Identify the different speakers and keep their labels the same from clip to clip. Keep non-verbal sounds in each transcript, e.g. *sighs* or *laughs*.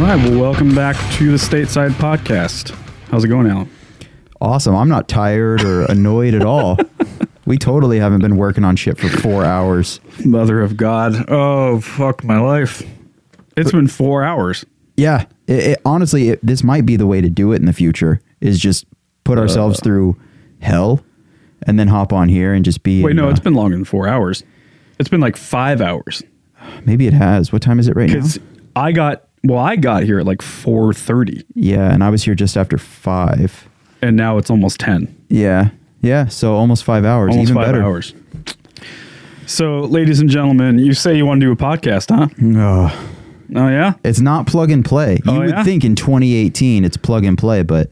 Speaker 1: right, well, welcome back to the Stateside Podcast. How's it going, Alan?
Speaker 2: Awesome. I'm not tired
Speaker 1: *laughs*
Speaker 2: or annoyed at all. We totally haven't been working on shit for four hours.
Speaker 1: Mother of God. Oh, fuck my life. It's been four hours.
Speaker 2: Yeah. It, it, honestly, it, this might be the way to do it in the future is just put ourselves
Speaker 1: Uh.
Speaker 2: through hell and then hop on here and just be.
Speaker 1: Wait,
Speaker 2: in,
Speaker 1: no,
Speaker 2: uh,
Speaker 1: it's been longer than four hours. It's been like five hours.
Speaker 2: Maybe it has. What time is it right now?
Speaker 1: It's I got well, I got here at like four thirty,
Speaker 2: Yeah. And I was here just after five.
Speaker 1: and now it's almost ten.
Speaker 2: Yeah. Yeah. So almost five hours.
Speaker 1: Almost
Speaker 2: even
Speaker 1: five
Speaker 2: better.
Speaker 1: hours. So, ladies and gentlemen, you say you want to do a podcast, huh?
Speaker 2: Ugh.
Speaker 1: Oh yeah.
Speaker 2: It's not plug and play. You
Speaker 1: Oh,
Speaker 2: would
Speaker 1: yeah?
Speaker 2: think in 2018 it's plug and play, but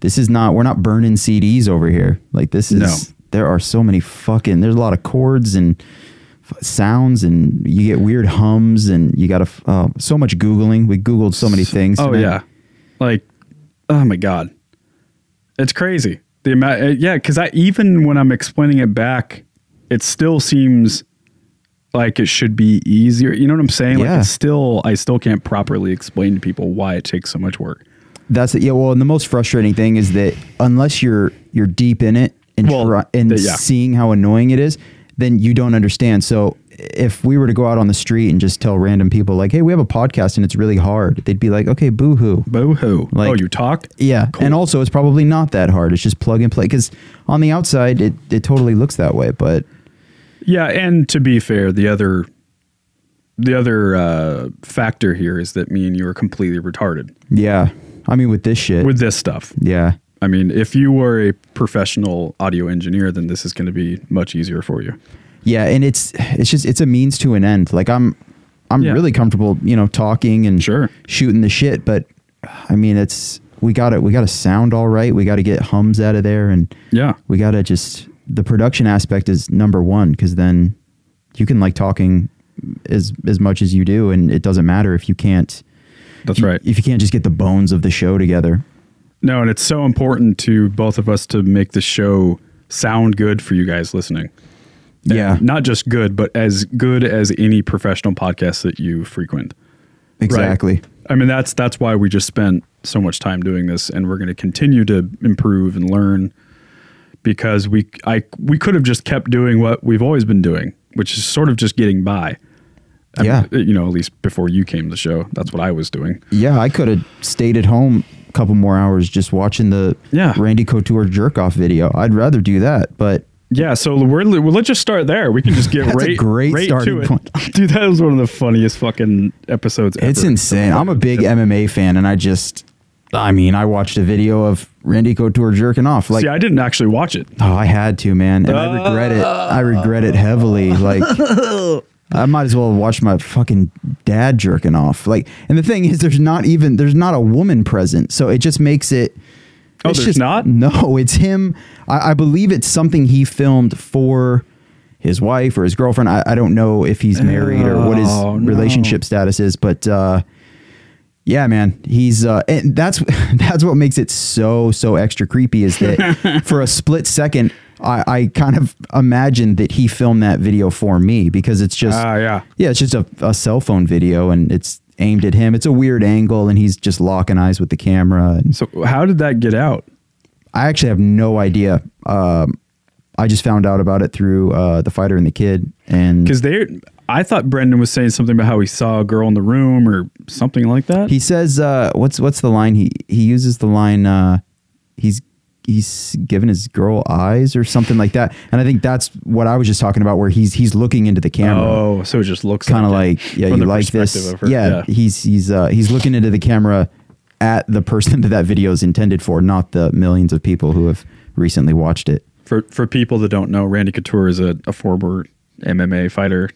Speaker 2: this is not. We're not burning CDs over here. Like this is.
Speaker 1: No.
Speaker 2: There are so many fucking. There's a lot of chords and f- sounds, and you get weird hums, and you got to f- oh, so much googling. We googled so many things.
Speaker 1: Oh
Speaker 2: tonight.
Speaker 1: yeah. Like, oh my god, it's crazy. The amount, uh, yeah, because I even when I'm explaining it back, it still seems like it should be easier. You know what I'm saying? Like,
Speaker 2: Yeah.
Speaker 1: it's still, I still can't properly explain to people why it takes so much work.
Speaker 2: That's it. Yeah. Well, and the most frustrating thing is that unless you're you're deep in it and
Speaker 1: Well,
Speaker 2: try, and
Speaker 1: th- yeah.
Speaker 2: seeing how annoying it is, then you don't understand. So if we were to go out on the street and just tell random people like, "Hey, we have a podcast and it's really hard," they'd be like, "Okay, boo hoo."
Speaker 1: Boo hoo!
Speaker 2: Like-
Speaker 1: oh, you talk?
Speaker 2: Yeah.
Speaker 1: Cool.
Speaker 2: And also, it's probably not that hard. It's just plug and play because on the outside, it it totally looks that way, but
Speaker 1: Yeah, and to be fair, the other the other uh, factor here is that me and you are completely retarded
Speaker 2: yeah. I mean, with this shit,
Speaker 1: with this stuff.
Speaker 2: yeah.
Speaker 1: I mean, if you were a professional audio engineer, then this is going to be much easier for you.
Speaker 2: Yeah, and it's it's just it's a means to an end. Like I'm I'm
Speaker 1: Yeah.
Speaker 2: really comfortable, you know, talking and
Speaker 1: Sure.
Speaker 2: shooting the shit, but I mean, it's we got to we got to sound all right. We got to get hums out of there and
Speaker 1: Yeah.
Speaker 2: we got to just the production aspect is number 1 cuz then you can like talking as as much as you do and it doesn't matter if you can't
Speaker 1: That's right.
Speaker 2: if you can't just get the bones of the show together.
Speaker 1: No, and it's so important to both of us to make the show sound good for you guys listening. And
Speaker 2: Yeah.
Speaker 1: Not just good, but as good as any professional podcast that you frequent. Right.
Speaker 2: Exactly.
Speaker 1: I mean, that's that's why we just spent so much time doing this, and we're going to continue to improve and learn because we I we could have just kept doing what we've always been doing, which is sort of just getting by. I
Speaker 2: Yeah.
Speaker 1: mean, you know, at least before you came to the show, that's what I was doing.
Speaker 2: Yeah, I could have stayed at home a couple more hours just watching the
Speaker 1: Yeah.
Speaker 2: Randy Couture jerk off video. I'd rather do that, but
Speaker 1: Yeah, so we're well, let's just start there. We can just get
Speaker 2: *laughs* That's a
Speaker 1: right
Speaker 2: great
Speaker 1: right
Speaker 2: starting
Speaker 1: to it.
Speaker 2: point.
Speaker 1: *laughs* dude. That was one of the funniest fucking episodes.
Speaker 2: it's
Speaker 1: ever.
Speaker 2: insane. I'm a big MMA fan, and I just, I mean, I watched a video of Randy Couture jerking off. Like,
Speaker 1: See, I didn't actually watch it.
Speaker 2: oh, I had to, man, and I regret it. I regret it heavily. Like. I might as well watch my fucking dad jerking off. Like, and the thing is, there's not even there's not a woman present, so it just makes it.
Speaker 1: Oh,
Speaker 2: it's
Speaker 1: there's not?
Speaker 2: *laughs* No, it's him. I, I believe it's something he filmed for his wife or his girlfriend. I, I don't know if he's married or what his
Speaker 1: Oh, no.
Speaker 2: relationship status is, but uh, yeah, man, he's uh, and that's *laughs* that's what makes it so so extra creepy
Speaker 1: *laughs*
Speaker 2: is that for a split second. I, I kind of imagined that he filmed that video for me because it's just
Speaker 1: Ah, yeah.
Speaker 2: yeah, it's just a, a cell phone video and it's aimed at him. It's a weird angle and he's just locking eyes with the camera. And
Speaker 1: So how did that get out?
Speaker 2: I actually have no idea. Um, I just found out about it through uh, the fighter and the kid. And
Speaker 1: Because they, I thought Brendan was saying something about how he saw a girl in the room or something like that.
Speaker 2: he says, uh, "What's what's the line he he uses the line? Uh, he's he's given his girl eyes or something like that." And I think that's what I was just talking about, where he's he's looking into the camera.
Speaker 1: oh, so it just looks
Speaker 2: kind of
Speaker 1: it
Speaker 2: like yeah
Speaker 1: from
Speaker 2: you
Speaker 1: the
Speaker 2: like this
Speaker 1: perspective of her.
Speaker 2: yeah, he's he's uh he's looking into the camera at the person *laughs* that that video is intended for not the millions of people who have recently watched it
Speaker 1: For for people that don't know, Randy Couture is a, a former MMA fighter.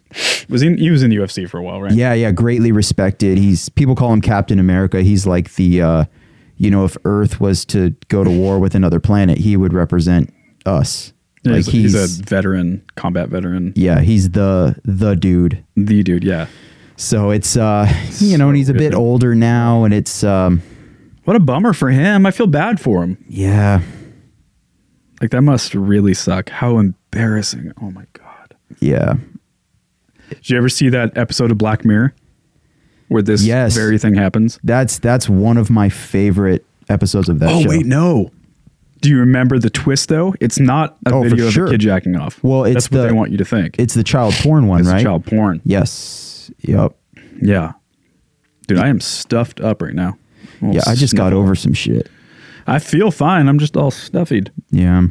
Speaker 1: Was in he was in the UFC for a while, right?
Speaker 2: yeah yeah greatly respected he's people call him captain america he's like the uh you know if earth was to go to war with another planet he would represent us
Speaker 1: Yeah,
Speaker 2: like
Speaker 1: he's, he's a veteran, combat veteran,
Speaker 2: yeah he's the the dude
Speaker 1: the dude. Yeah.
Speaker 2: so it's uh *laughs* you know and he's a bit
Speaker 1: good.
Speaker 2: older now and it's um
Speaker 1: What a bummer for him. I feel bad for him.
Speaker 2: yeah
Speaker 1: Like that must really suck. How embarrassing. Oh my god.
Speaker 2: yeah
Speaker 1: Did you ever see that episode of Black Mirror? where this
Speaker 2: Yes.
Speaker 1: very thing happens.
Speaker 2: That's that's one of my favorite episodes of that
Speaker 1: Oh
Speaker 2: show.
Speaker 1: wait, no. Do you remember the twist though? It's not a
Speaker 2: Oh, for
Speaker 1: video of
Speaker 2: sure.
Speaker 1: a kid jacking off.
Speaker 2: Well, it's
Speaker 1: that's what
Speaker 2: the-
Speaker 1: they want you to think.
Speaker 2: It's the child porn one,
Speaker 1: It's
Speaker 2: right?
Speaker 1: child porn.
Speaker 2: Yes. Yep.
Speaker 1: Yeah. Dude, I am stuffed up right now. All
Speaker 2: Yeah, I just got
Speaker 1: snuffled.
Speaker 2: over some shit.
Speaker 1: I feel fine. I'm just all stuffied.
Speaker 2: Yeah.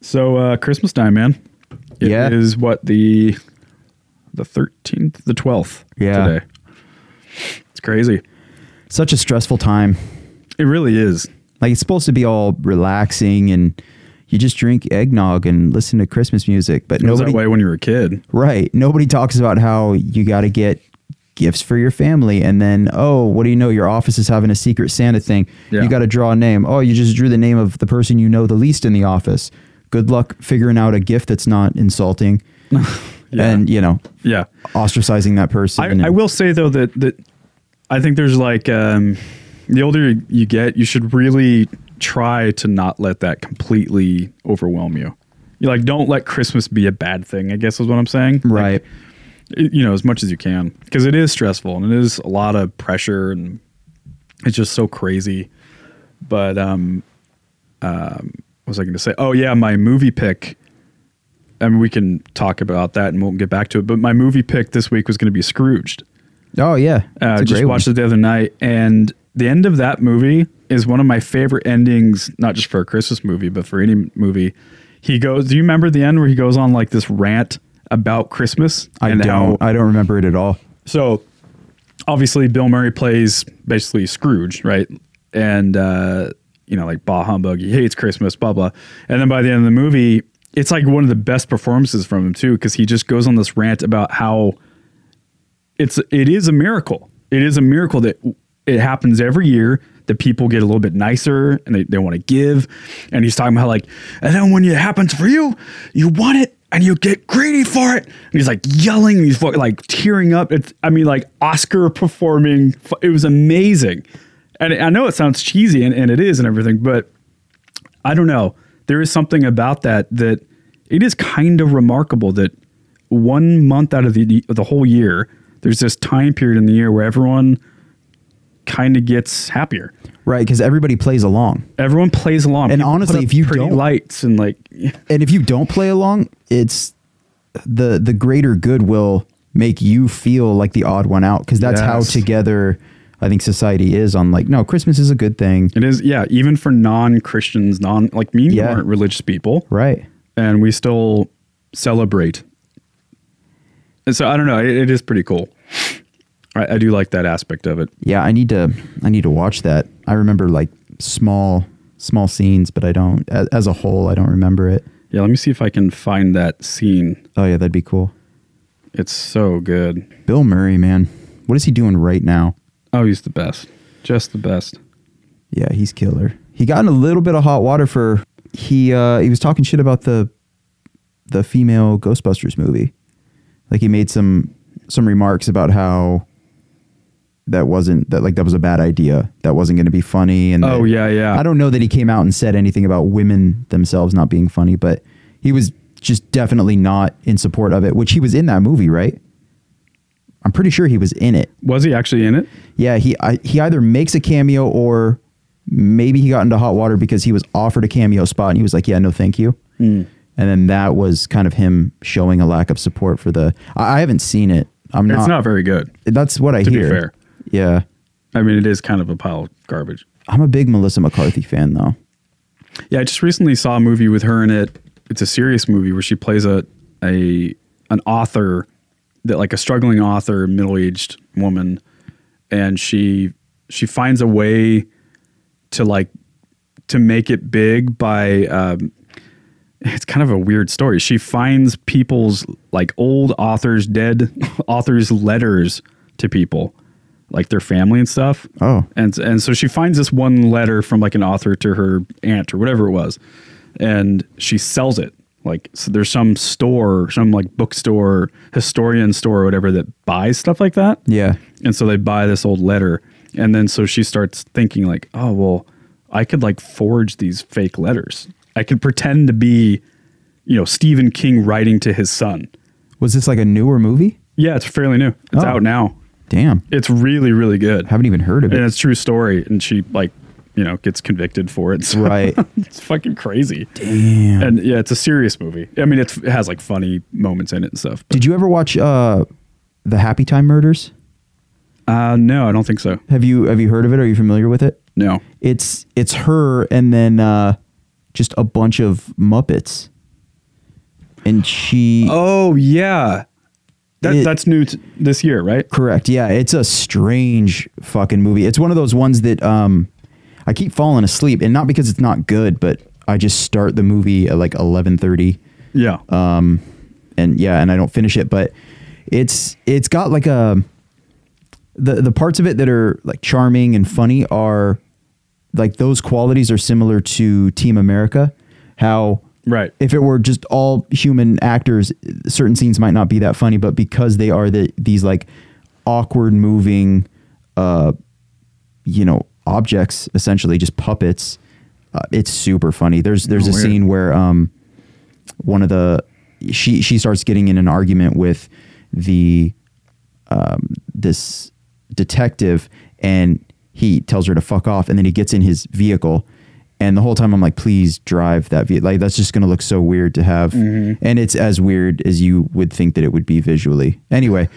Speaker 1: So uh Christmas time, man. It
Speaker 2: Yeah.
Speaker 1: is what the the 13th, the 12th
Speaker 2: Yeah.
Speaker 1: today. It's crazy.
Speaker 2: Such a stressful time.
Speaker 1: It really is.
Speaker 2: Like it's supposed to be all relaxing and you just drink eggnog and listen to Christmas music, but
Speaker 1: It was
Speaker 2: nobody
Speaker 1: that way when you were a kid.
Speaker 2: Right. Nobody talks about how you got to get gifts for your family and then oh what do you know your office is having a secret santa thing
Speaker 1: Yeah.
Speaker 2: you got to draw a name oh you just drew the name of the person you know the least in the office good luck figuring out a gift that's not insulting and you know
Speaker 1: Yeah.
Speaker 2: ostracizing that person
Speaker 1: I,
Speaker 2: and-
Speaker 1: I will say though that that I think there's like um, the older you, you get, you should really try to not let that completely overwhelm you. You like don't let Christmas be a bad thing. I guess is what I'm saying. Like,
Speaker 2: right
Speaker 1: it- you know, as much as you can because it is stressful and it is a lot of pressure and it's just so crazy. But um, um, what was I going to say? Oh yeah, my movie pick. I mean, we can talk about that and we'll get back to it. But my movie pick this week was going to be Scrooged.
Speaker 2: oh yeah
Speaker 1: Uh,
Speaker 2: It's a
Speaker 1: just
Speaker 2: great one.
Speaker 1: watched it the other night, and the end of that movie is one of my favorite endings. Not just for a Christmas movie, but for any movie. He goes. Do you remember the end where he goes on like this rant about Christmas?
Speaker 2: i
Speaker 1: and
Speaker 2: don't
Speaker 1: how-
Speaker 2: i don't remember it at all
Speaker 1: so obviously Bill Murray plays basically Scrooge, right? And uh, you know, like bah humbug, he hates Christmas, blah blah. And then by the end of the movie, it's like one of the best performances from him too, because he just goes on this rant about how it's it is a miracle. It is a miracle that it happens every year. The people get a little bit nicer and they, they want to give. And he's talking about like, and then when it happens for you, you want it and you get greedy for it. And he's like yelling, and he's fuck- like tearing up. It's I mean like Oscar performing. Fu- It was amazing. And I know it sounds cheesy and, and it is and everything, but I don't know. There is something about that that it is kind of remarkable that one month out of the of the whole year, there's this time period in the year where everyone kind of gets happier.
Speaker 2: right because everybody plays along
Speaker 1: Everyone plays along.
Speaker 2: And
Speaker 1: put
Speaker 2: honestly,
Speaker 1: up
Speaker 2: if you
Speaker 1: pretty
Speaker 2: don't-
Speaker 1: lights and like,
Speaker 2: and if you don't play along, it's the the greater good will make you feel like the odd one out because that's how
Speaker 1: Yes.
Speaker 2: together I think society is on like no Christmas is a good thing,
Speaker 1: it is yeah. Even for non Christians, non like me and you
Speaker 2: Yeah.
Speaker 1: aren't religious people,
Speaker 2: right?
Speaker 1: and we still celebrate. And so I don't know. It, it is pretty cool. I, I do like that aspect of it.
Speaker 2: Yeah, I need to I need to watch that. I remember like small small scenes, but I don't as, as a whole I don't remember it.
Speaker 1: Yeah, let me see if I can find that scene.
Speaker 2: Oh yeah, that'd be cool.
Speaker 1: It's so good.
Speaker 2: Bill Murray, man, what is he doing right now?
Speaker 1: Oh, he's the best. Just the best.
Speaker 2: Yeah, he's killer. He got in a little bit of hot water for he uh he was talking shit about the the female Ghostbusters movie. Like he made some some remarks about how that wasn't that like that was a bad idea. That wasn't going to be funny and
Speaker 1: Oh,
Speaker 2: that-
Speaker 1: yeah, yeah.
Speaker 2: I don't know that he came out and said anything about women themselves not being funny, but he was just definitely not in support of it, which he was in that movie, right? I'm pretty sure he was in it.
Speaker 1: Was he actually in it?
Speaker 2: Yeah, he I, he either makes a cameo or maybe he got into hot water because he was offered a cameo spot and he was like, "Yeah, no, thank you." And then that was kind of him showing a lack of support for the. I, I haven't seen it. I'm
Speaker 1: It's
Speaker 2: not,
Speaker 1: not very good.
Speaker 2: That's what I
Speaker 1: to be
Speaker 2: hear.
Speaker 1: fair.
Speaker 2: Yeah,
Speaker 1: I mean, it is kind of a pile of garbage.
Speaker 2: I'm a big Melissa McCarthy fan though.
Speaker 1: Yeah, I just recently saw a movie with her in it. It's a serious movie where she plays a a an author that like a struggling author, middle aged woman, and she she finds a way to like to make it big by um, it's kind of a weird story. She finds people's like old authors, dead *laughs* authors' letters to people, like their family and stuff.
Speaker 2: Oh.
Speaker 1: and and so she finds this one letter from like an author to her aunt or whatever it was, and she sells it. Like so there's some store, some like bookstore, historian store, or whatever that buys stuff like that.
Speaker 2: Yeah,
Speaker 1: And so they buy this old letter. And then so she starts thinking, like, oh, well, I could like forge these fake letters. I could pretend to be, you know, Stephen King writing to his son.
Speaker 2: was this like a newer movie?
Speaker 1: Yeah, it's fairly new. It's
Speaker 2: Oh.
Speaker 1: out now.
Speaker 2: Damn.
Speaker 1: It's really, really good.
Speaker 2: Haven't even heard of
Speaker 1: and
Speaker 2: it.
Speaker 1: it's true story. And she like, you know, gets convicted for it. *laughs* So
Speaker 2: Right.
Speaker 1: it's fucking crazy.
Speaker 2: Damn.
Speaker 1: And yeah, it's a serious movie. I mean, it's, it has like funny moments in it and stuff. But,
Speaker 2: Did you ever watch uh the Happy Time Murders?
Speaker 1: uh, no, I don't think so.
Speaker 2: Have you have you heard of it? Are you familiar with it?
Speaker 1: No.
Speaker 2: It's it's her and then uh just a bunch of Muppets. And she
Speaker 1: Oh yeah, that,
Speaker 2: It-
Speaker 1: that's new t- this year, right?
Speaker 2: Correct. Yeah, it's a strange fucking movie. It's one of those ones that um I keep falling asleep and not because it's not good, but I just start the movie at like 11:30
Speaker 1: Yeah.
Speaker 2: and yeah, and I don't finish it, but it's it's got like a the the parts of it that are like charming and funny are like those qualities are similar to Team America, how
Speaker 1: right.
Speaker 2: if it were just all human actors, certain scenes might not be that funny, but because they are the these like awkward moving, uh, you know, objects essentially just puppets. Uh, it's super funny. There's there's
Speaker 1: Oh,
Speaker 2: a
Speaker 1: weird.
Speaker 2: scene where um, one of the she she starts getting in an argument with the um, this detective and he tells her to fuck off and then he gets in his vehicle and the whole time I'm like please drive that vehicle like that's just gonna look so weird to have
Speaker 1: Mm-hmm.
Speaker 2: and it's as weird as you would think that it would be visually
Speaker 1: *laughs*
Speaker 2: anyway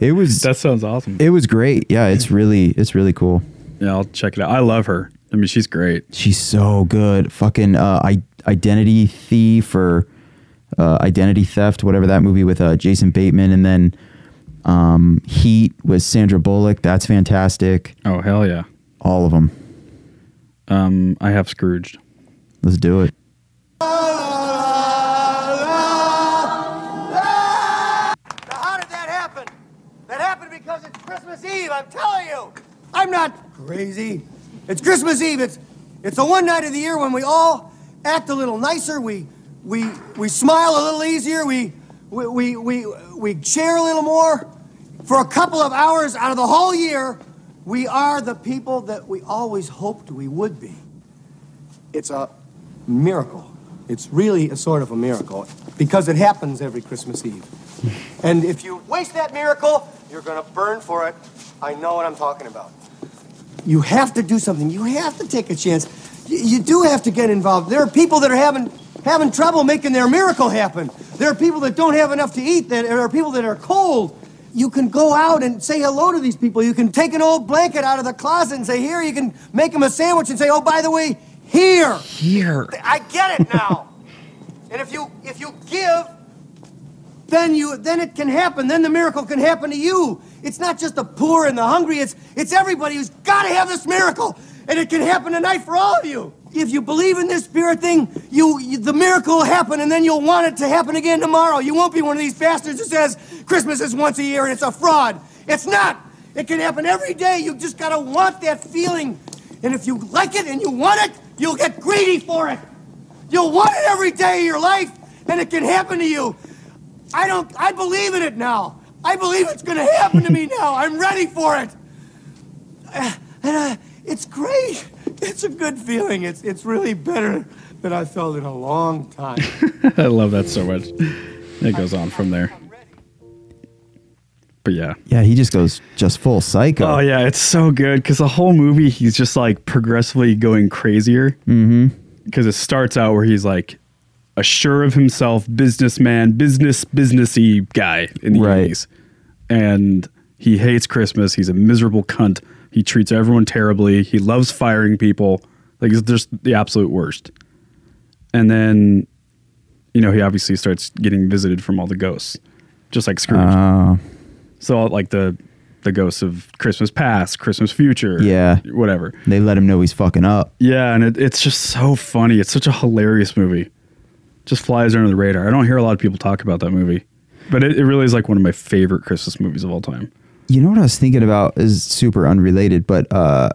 Speaker 2: it was
Speaker 1: that sounds awesome.
Speaker 2: it was great yeah it's really it's really cool
Speaker 1: yeah, I'll check it out. I love her. I mean, she's great.
Speaker 2: she's so good fucking uh, I- identity thief or uh, identity theft whatever that movie with uh, Jason Bateman and then um, Heat with Sandra Bullock that's fantastic
Speaker 1: Oh hell yeah.
Speaker 2: All of them.
Speaker 1: Um, I have Scrooged.
Speaker 2: Let's do it.
Speaker 3: How did that happen? That happened because it's Christmas Eve, I'm telling you. I'm not crazy. It's Christmas Eve. It's it's the one night of the year when we all act a little nicer. We we we smile a little easier. We we we we, we cheer a little more. For a couple of hours out of the whole year, we are the people that we always hoped we would be. It's a miracle. It's really a sort of a miracle because it happens every Christmas Eve. And if you waste that miracle, you're going to burn for it. I know what I'm talking about. You have to do something. You have to take a chance. You, you do have to get involved. There are people that are having having trouble making their miracle happen. There are people that don't have enough to eat. That there are people that are cold. You can go out and say hello to these people. You can take an old blanket out of the closet and say, "Here." You can make them a sandwich and say, "Oh, by the way, here."
Speaker 1: Here.
Speaker 3: I get it *laughs* now. and if you if you give, then you then it can happen. Then the miracle can happen to you. It's not just the poor and the hungry. It's it's everybody who's got to have this miracle, and it can happen tonight for all of you. If you believe in this spirit thing, you, you the miracle will happen, and then you'll want it to happen again tomorrow. You won't be one of these bastards who says Christmas is once a year and it's a fraud. It's not. It can happen every day. You just gotta want that feeling, and if you like it and you want it, you'll get greedy for it. You'll want it every day of your life, and it can happen to you. I don't. I believe in it now. I believe it's going to happen to me now. I'm ready for it. Uh, And uh, it's great. It's a good feeling. It's it's really better than I felt in a long time.
Speaker 1: *laughs* I love that so much. It goes on from there. But yeah.
Speaker 2: Yeah, he just goes just full psycho.
Speaker 1: Oh yeah, it's so good because the whole movie he's just like progressively going crazier. Mm-hmm. Because it starts out where he's like a sure of himself businessman, business businessy guy in the
Speaker 2: Right.
Speaker 1: eighties, and he hates Christmas. He's a miserable cunt. He treats everyone terribly. He loves firing people. Like he's just the absolute worst. And then, you know, he obviously starts getting visited from all the ghosts, just like Scrooge.
Speaker 2: Oh,
Speaker 1: So like the the ghosts of Christmas past, Christmas future,
Speaker 2: Yeah.
Speaker 1: whatever.
Speaker 2: they let him know he's fucking up.
Speaker 1: Yeah, and it, it's just so funny. It's such a hilarious movie. Just flies under the radar. I don't hear a lot of people talk about that movie, but it, it really is like one of my favorite Christmas movies of all time.
Speaker 2: You know what I was thinking about is super unrelated, but uh,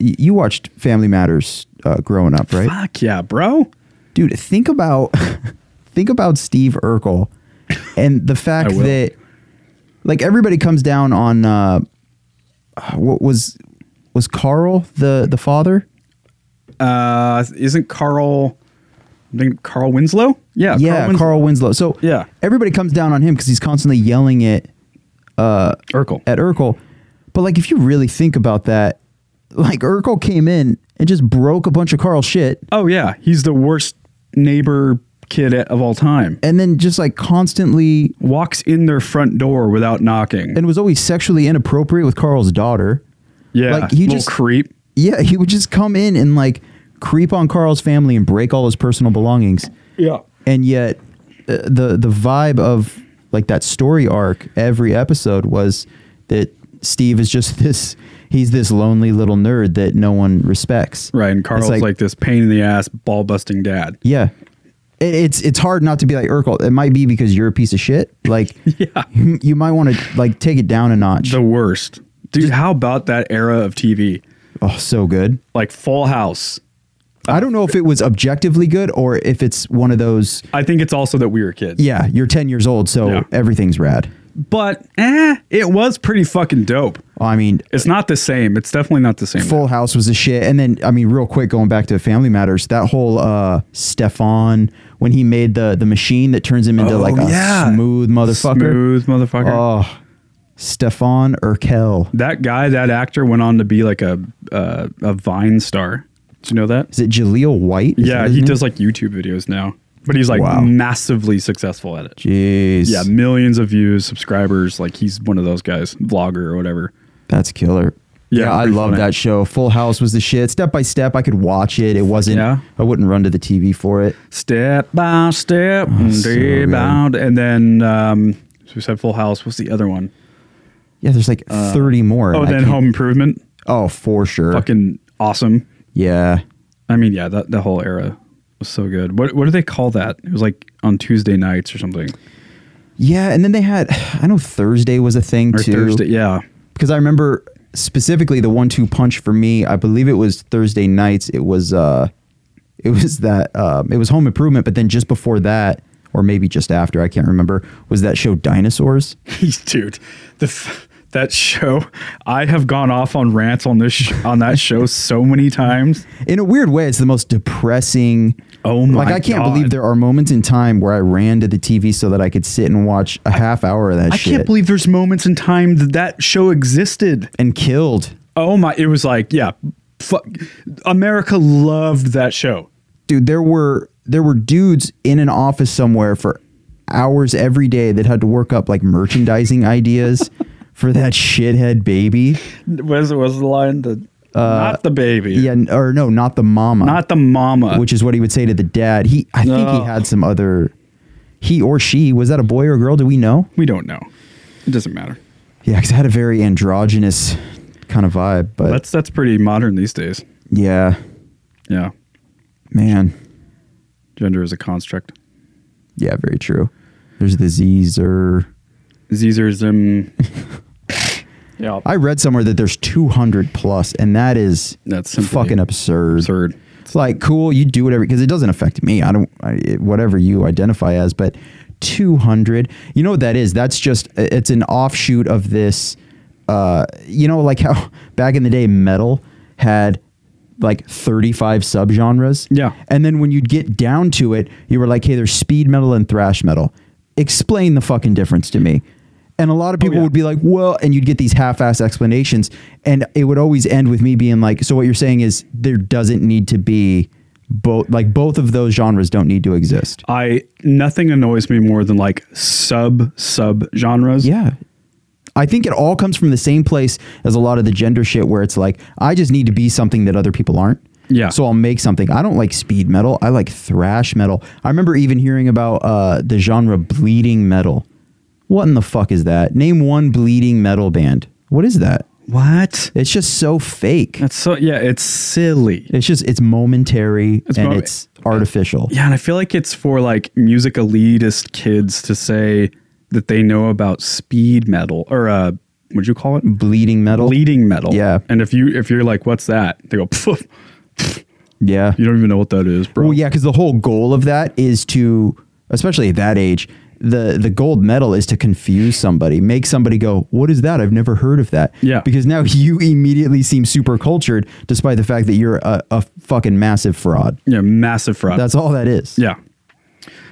Speaker 2: y- you watched Family Matters uh, growing up, right?
Speaker 1: Fuck yeah, bro!
Speaker 2: Dude, think about *laughs* think about Steve Urkel and the fact
Speaker 1: I will.
Speaker 2: that like everybody comes down on uh, what was was Carl the the father?
Speaker 1: Uh, isn't Carl? I think Carl Uh, Winslow. Yeah,
Speaker 2: yeah, Carl Winslow. So
Speaker 1: Yeah.
Speaker 2: everybody comes down on him because he's constantly yelling at
Speaker 1: Winslow. Urkel.
Speaker 2: at Urkel. But like, if you really think about that, like Urkel came in and just broke a bunch of Carl's shit,
Speaker 1: Oh yeah, he's the worst neighbor kid of all time.
Speaker 2: and then just like constantly
Speaker 1: Walks in their front door without knocking.
Speaker 2: and was always sexually inappropriate with Carl's daughter.
Speaker 1: yeah,
Speaker 2: like, he
Speaker 1: little
Speaker 2: just-
Speaker 1: creep.
Speaker 2: Yeah, he would just come in and like creep on Carl's family and break all his personal belongings.
Speaker 1: Yeah,
Speaker 2: and yet uh, the the vibe of like that story arc every episode was that Steve is just *laughs* this he's this lonely little nerd that no one respects.
Speaker 1: right. And
Speaker 2: It's
Speaker 1: Carl's like, this pain in the ass, ball busting dad.
Speaker 2: yeah. It, it's it's hard not to be like Urkel. It might be because you're a piece of shit. Like
Speaker 1: *laughs* Yeah.
Speaker 2: you might want to like take it down a notch.
Speaker 1: The worst, dude. how about that era of TV?
Speaker 2: oh, so good.
Speaker 1: Like Full House.
Speaker 2: I don't know if it was objectively good or if it's one of those
Speaker 1: I think it's also that we were kids.
Speaker 2: yeah, you're 10 years old so
Speaker 1: Yeah.
Speaker 2: everything's rad.
Speaker 1: But eh, it was pretty fucking dope.
Speaker 2: I mean,
Speaker 1: It's not the same. It's definitely not the same.
Speaker 2: Full House was a shit. And then, I mean, real quick, going back to Family Matters, that whole uh Stefan when he made the the machine that turns him into
Speaker 1: Oh,
Speaker 2: like a
Speaker 1: yeah.
Speaker 2: smooth motherfucker.
Speaker 1: Smooth motherfucker.
Speaker 2: Oh, Stefan Urkel.
Speaker 1: that guy, that actor, went on to be like a uh, a Vine star. Did you know that?
Speaker 2: Is it Jaleel White? Is that
Speaker 1: yeah,
Speaker 2: his
Speaker 1: he
Speaker 2: name?
Speaker 1: does like YouTube videos now, but he's like
Speaker 2: Mm-hmm. Wow.
Speaker 1: massively successful at it.
Speaker 2: Jeez.
Speaker 1: Yeah, millions of views, subscribers. Like he's one of those guys, vlogger or whatever.
Speaker 2: that's killer.
Speaker 1: Yeah,
Speaker 2: Yeah, I
Speaker 1: pretty
Speaker 2: love
Speaker 1: funny.
Speaker 2: that show. Full House was the shit. Step by step, I could watch it. It wasn't.
Speaker 1: Yeah.
Speaker 2: I wouldn't run to the TV for it.
Speaker 1: Step by step,
Speaker 2: Oh, so
Speaker 1: day
Speaker 2: good.
Speaker 1: bound, and then um, so we said Full House. What's the other one?
Speaker 2: Yeah, there's like 30 more.
Speaker 1: Oh,
Speaker 2: and I
Speaker 1: then
Speaker 2: can't-
Speaker 1: Home Improvement.
Speaker 2: Oh, for sure.
Speaker 1: Fucking awesome.
Speaker 2: yeah.
Speaker 1: I mean, yeah, that the whole era was so good. What what do they call that? It was like on Tuesday nights or something,
Speaker 2: Yeah, and then they had *sighs* I know Thursday was a thing
Speaker 1: or
Speaker 2: too.
Speaker 1: Thursday. Yeah,
Speaker 2: Because I remember specifically the one two punch for me, I believe it was Thursday nights. It was uh it was that um it was home improvement, but then just before that, or maybe just after, I can't remember, was that show Dinosaurs.
Speaker 1: dude, the f- that show. I have gone off on rants on this sh- on that show so many times.
Speaker 2: In a weird way, it's the most depressing
Speaker 1: Oh my
Speaker 2: Like I can't
Speaker 1: God.
Speaker 2: believe there are moments in time where I ran to the TV so that I could sit and watch a half hour of that
Speaker 1: I
Speaker 2: shit.
Speaker 1: can't believe there's moments in time that that show existed.
Speaker 2: and killed.
Speaker 1: Oh my! It was like, yeah, fuck. America loved that show.
Speaker 2: dude there were there were dudes in an office somewhere for hours every day that had to work up like merchandising *laughs* ideas for that shithead baby
Speaker 1: Was was the line the not the baby,
Speaker 2: Uh, yeah n- or no not the mama
Speaker 1: not the mama,
Speaker 2: which is what he would say to the dad he i think
Speaker 1: No.
Speaker 2: he had some other he or she was that a boy or a girl do we know
Speaker 1: we don't know. It doesn't matter.
Speaker 2: yeah because it had a very androgynous kind of vibe but
Speaker 1: That's that's pretty modern these days.
Speaker 2: yeah
Speaker 1: Yeah,
Speaker 2: man
Speaker 1: gender is a construct.
Speaker 2: yeah very true there's the z's er, or *laughs*
Speaker 1: Zeezerism. yeah,
Speaker 2: I read somewhere that there's 200 plus, and that is
Speaker 1: That's simply
Speaker 2: fucking absurd.
Speaker 1: absurd.
Speaker 2: It's like cool, you do whatever because it doesn't affect me. I don't I, it- whatever you identify as, but 200. You know what that is? That's just it's an offshoot of this. Uh, you know, like how *laughs* back in the day, metal had like 35 subgenres.
Speaker 1: Yeah.
Speaker 2: and then when you'd get down to it, you were like, hey, there's speed metal and thrash metal. Explain the fucking difference to me. And a lot of people
Speaker 1: yeah.
Speaker 2: would be like, well, and you'd get these half ass explanations. And it would always end with me being like, so what you're saying is there doesn't need to be both, like both of those genres don't need to exist.
Speaker 1: I nothing annoys me more than like sub sub genres.
Speaker 2: Yeah. I think it all comes from the same place as a lot of the gender shit where it's like, I just need to be something that other people aren't.
Speaker 1: Yeah.
Speaker 2: So I'll make something. I don't like speed metal. I like thrash metal. I remember even hearing about uh, the genre bleeding metal. What in the fuck is that? Name one bleeding metal band. What is that?
Speaker 1: What?
Speaker 2: It's just so fake.
Speaker 1: That's so yeah. It's silly.
Speaker 2: It's just it's momentary
Speaker 1: It's
Speaker 2: and
Speaker 1: mo-
Speaker 2: it's artificial.
Speaker 1: Yeah, and I feel like it's for like music elitist kids to say that they know about speed metal or uh, what'd you call it?
Speaker 2: Bleeding metal.
Speaker 1: Bleeding metal.
Speaker 2: Yeah.
Speaker 1: And if you if you're like, what's that? They go, "Pff,
Speaker 2: Yeah.
Speaker 1: you don't even know what that is, bro.
Speaker 2: Well, yeah, because the whole goal of that is to, especially at that age, the the gold medal is to confuse somebody, make somebody go, "What is that? I've never heard of that."
Speaker 1: Yeah.
Speaker 2: because now *laughs* you immediately seem super cultured, despite the fact that you're a, a fucking massive fraud.
Speaker 1: Yeah, massive fraud.
Speaker 2: That's all that is.
Speaker 1: Yeah.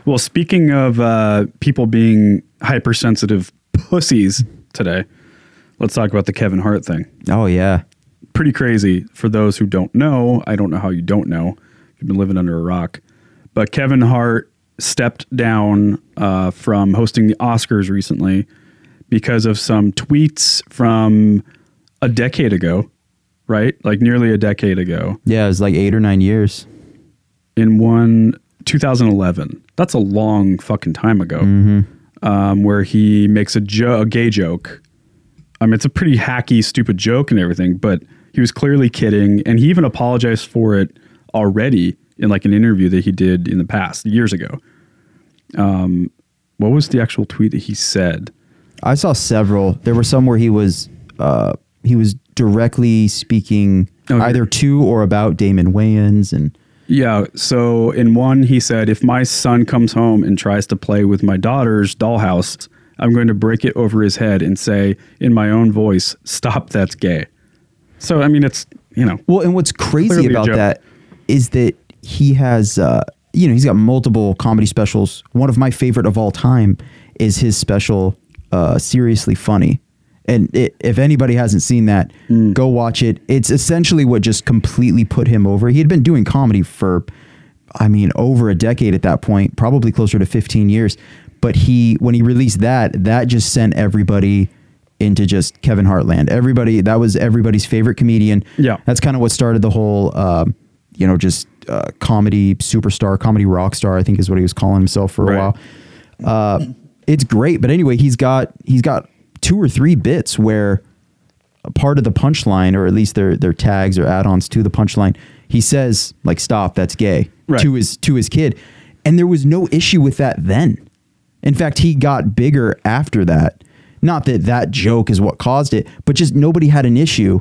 Speaker 1: Well, speaking of uh, people being hypersensitive pussies today, Let's talk about the Kevin Hart thing.
Speaker 2: Oh yeah.
Speaker 1: Pretty crazy for those who don't know. I don't know how you don't know. You've been living under a rock. But Kevin Hart stepped down uh, from hosting the Oscars recently because of some tweets from a decade ago, right? Like nearly a decade ago
Speaker 2: Yeah, it was like eight or nine years.
Speaker 1: in one 2011. That's a long fucking time ago. Um, where he makes a, jo- a gay joke. I mean, it's a pretty hacky, stupid joke and everything, but he was clearly kidding, and he even apologized for it already in like an interview that he did in the past years ago. Um, what was the actual tweet that he said?
Speaker 2: I saw several. There were some where he was uh, he was directly speaking
Speaker 1: Oh, yeah.
Speaker 2: either to or about Damon Wayans and
Speaker 1: Yeah. So in one, he said, if my son comes home and tries to play with my daughter's dollhouse, I'm going to break it over his head and say in my own voice, stop, that's gay. So, I mean, it's, you know,
Speaker 2: well, and what's crazy
Speaker 1: Clearly a
Speaker 2: about
Speaker 1: joke.
Speaker 2: that is that he has uh, you know he's got multiple comedy specials. One of my favorite of all time is his special uh, seriously funny. And it, if anybody hasn't seen that, go watch it. It's essentially what just completely put him over. He had been doing comedy for I mean, over a decade at that point, probably closer to 15 years. But he, when he released that, that just sent everybody into just Kevin Hartland. Everybody, that was everybody's favorite comedian.
Speaker 1: Yeah.
Speaker 2: That's kind of what started the whole, um, you know, just uh, comedy superstar, comedy rock star, I think is what he was calling himself for
Speaker 1: Right.
Speaker 2: a while Uh, it's great. But anyway, he's got he's got two or three bits where a part of the punchline, or at least their their tags or add-ons to the punchline, he says like "stop, that's gay"
Speaker 1: Right.
Speaker 2: to his to his kid, and there was no issue with that then. In fact, he got bigger after that. Not that that joke is what caused it, but just nobody had an issue.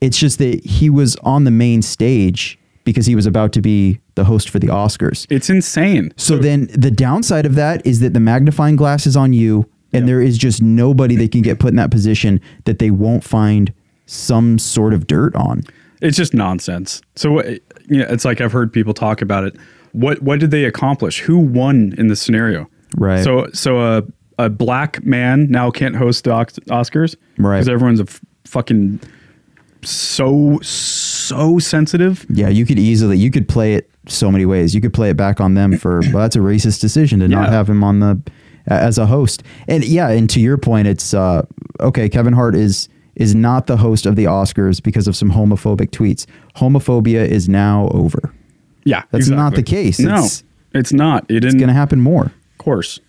Speaker 2: It's just that he was on the main stage because he was about to be the host for the Oscars.
Speaker 1: it's insane.
Speaker 2: So then the downside of that is that the magnifying glass is on you, and there is just nobody that can get put in that position that they won't find some sort of dirt on.
Speaker 1: It's just nonsense. So, uh, you know, it's like I've heard people talk about it. What what did they accomplish? Who won in this scenario?
Speaker 2: Right.
Speaker 1: So so a a black man now can't host the Ox- Oscars
Speaker 2: Right.
Speaker 1: because everyone's a f- fucking so so sensitive.
Speaker 2: Yeah, you could easily you could play it so many ways. You could play it back on them for well, that's a racist decision to not
Speaker 1: Yeah.
Speaker 2: have him on the as a host. And yeah, and to your point, it's uh, okay. Kevin Hart is is not the host of the Oscars because of some homophobic tweets. Homophobia is now over.
Speaker 1: Yeah,
Speaker 2: That's not the case.
Speaker 1: No,
Speaker 2: It's-
Speaker 1: it's, not. It didn't.
Speaker 2: It's going to happen more.
Speaker 1: of course,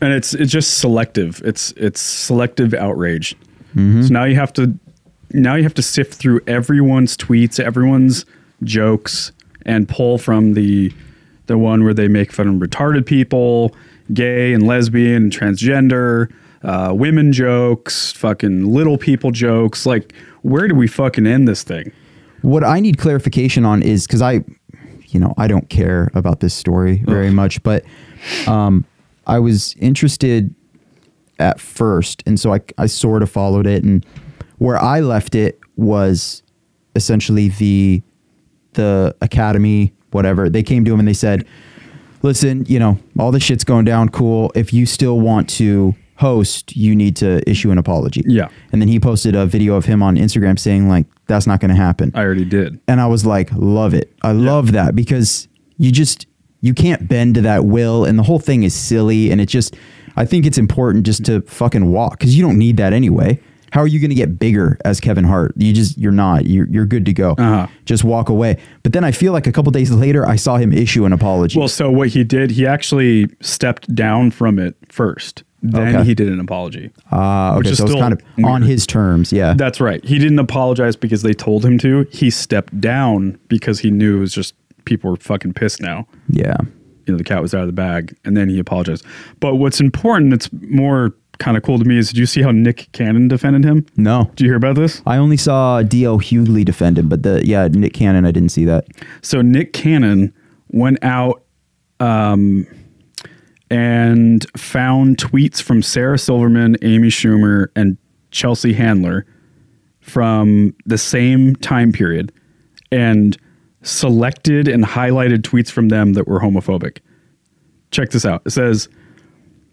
Speaker 1: and it's it's just selective. It's it's selective outrage. Mm-hmm. So now you have to now you have to sift through everyone's tweets, everyone's jokes, and pull from the the one where they make fun of retarded people, gay and lesbian, and transgender, uh, women jokes, fucking little people jokes. Like, where do we fucking end this thing?
Speaker 2: What I need clarification on is because I, you know, I don't care about this story very much, but um, I was interested at first, and so I, I sort of followed it, and where I left it was essentially the the academy, whatever. They came to him and they said, "Listen, you know, all this shit's going down. Cool. If you still want to." host you need to issue an apology
Speaker 1: Yeah.
Speaker 2: and then he posted a video of him on instagram saying like that's not going to happen
Speaker 1: I already did.
Speaker 2: and I was like, love it. I love that because you just you can't bend to that will, and the whole thing is silly. And it just, I think it's important just to fucking walk because you don't need that anyway. How are you going to get bigger as Kevin Hart? You just you're not. You're you're good to go.
Speaker 1: Uh-huh.
Speaker 2: Just walk away. But then I feel like a couple days later, I saw him issue an apology.
Speaker 1: Well, so what he did, he actually stepped down from it first. Then
Speaker 2: Okay.
Speaker 1: he did an apology.
Speaker 2: Ah, okay,
Speaker 1: which is
Speaker 2: so it's
Speaker 1: still
Speaker 2: kind of on
Speaker 1: weird.
Speaker 2: his terms. Yeah,
Speaker 1: That's right. He didn't apologize because they told him to. He stepped down because he knew it was just people were fucking pissed now.
Speaker 2: yeah,
Speaker 1: You know, the cat was out of the bag, and then he apologized. But what's important, that's more kind of cool to me, is do you see how Nick Cannon defended him?
Speaker 2: no.
Speaker 1: Do you hear about this?
Speaker 2: I only saw D.L. Hughley defend him, but the yeah Nick Cannon, I didn't see that.
Speaker 1: So Nick Cannon went out um, and found tweets from Sarah Silverman, Amy Schumer, and Chelsea Handler from the same time period and selected and highlighted tweets from them that were homophobic. Check this out. It says,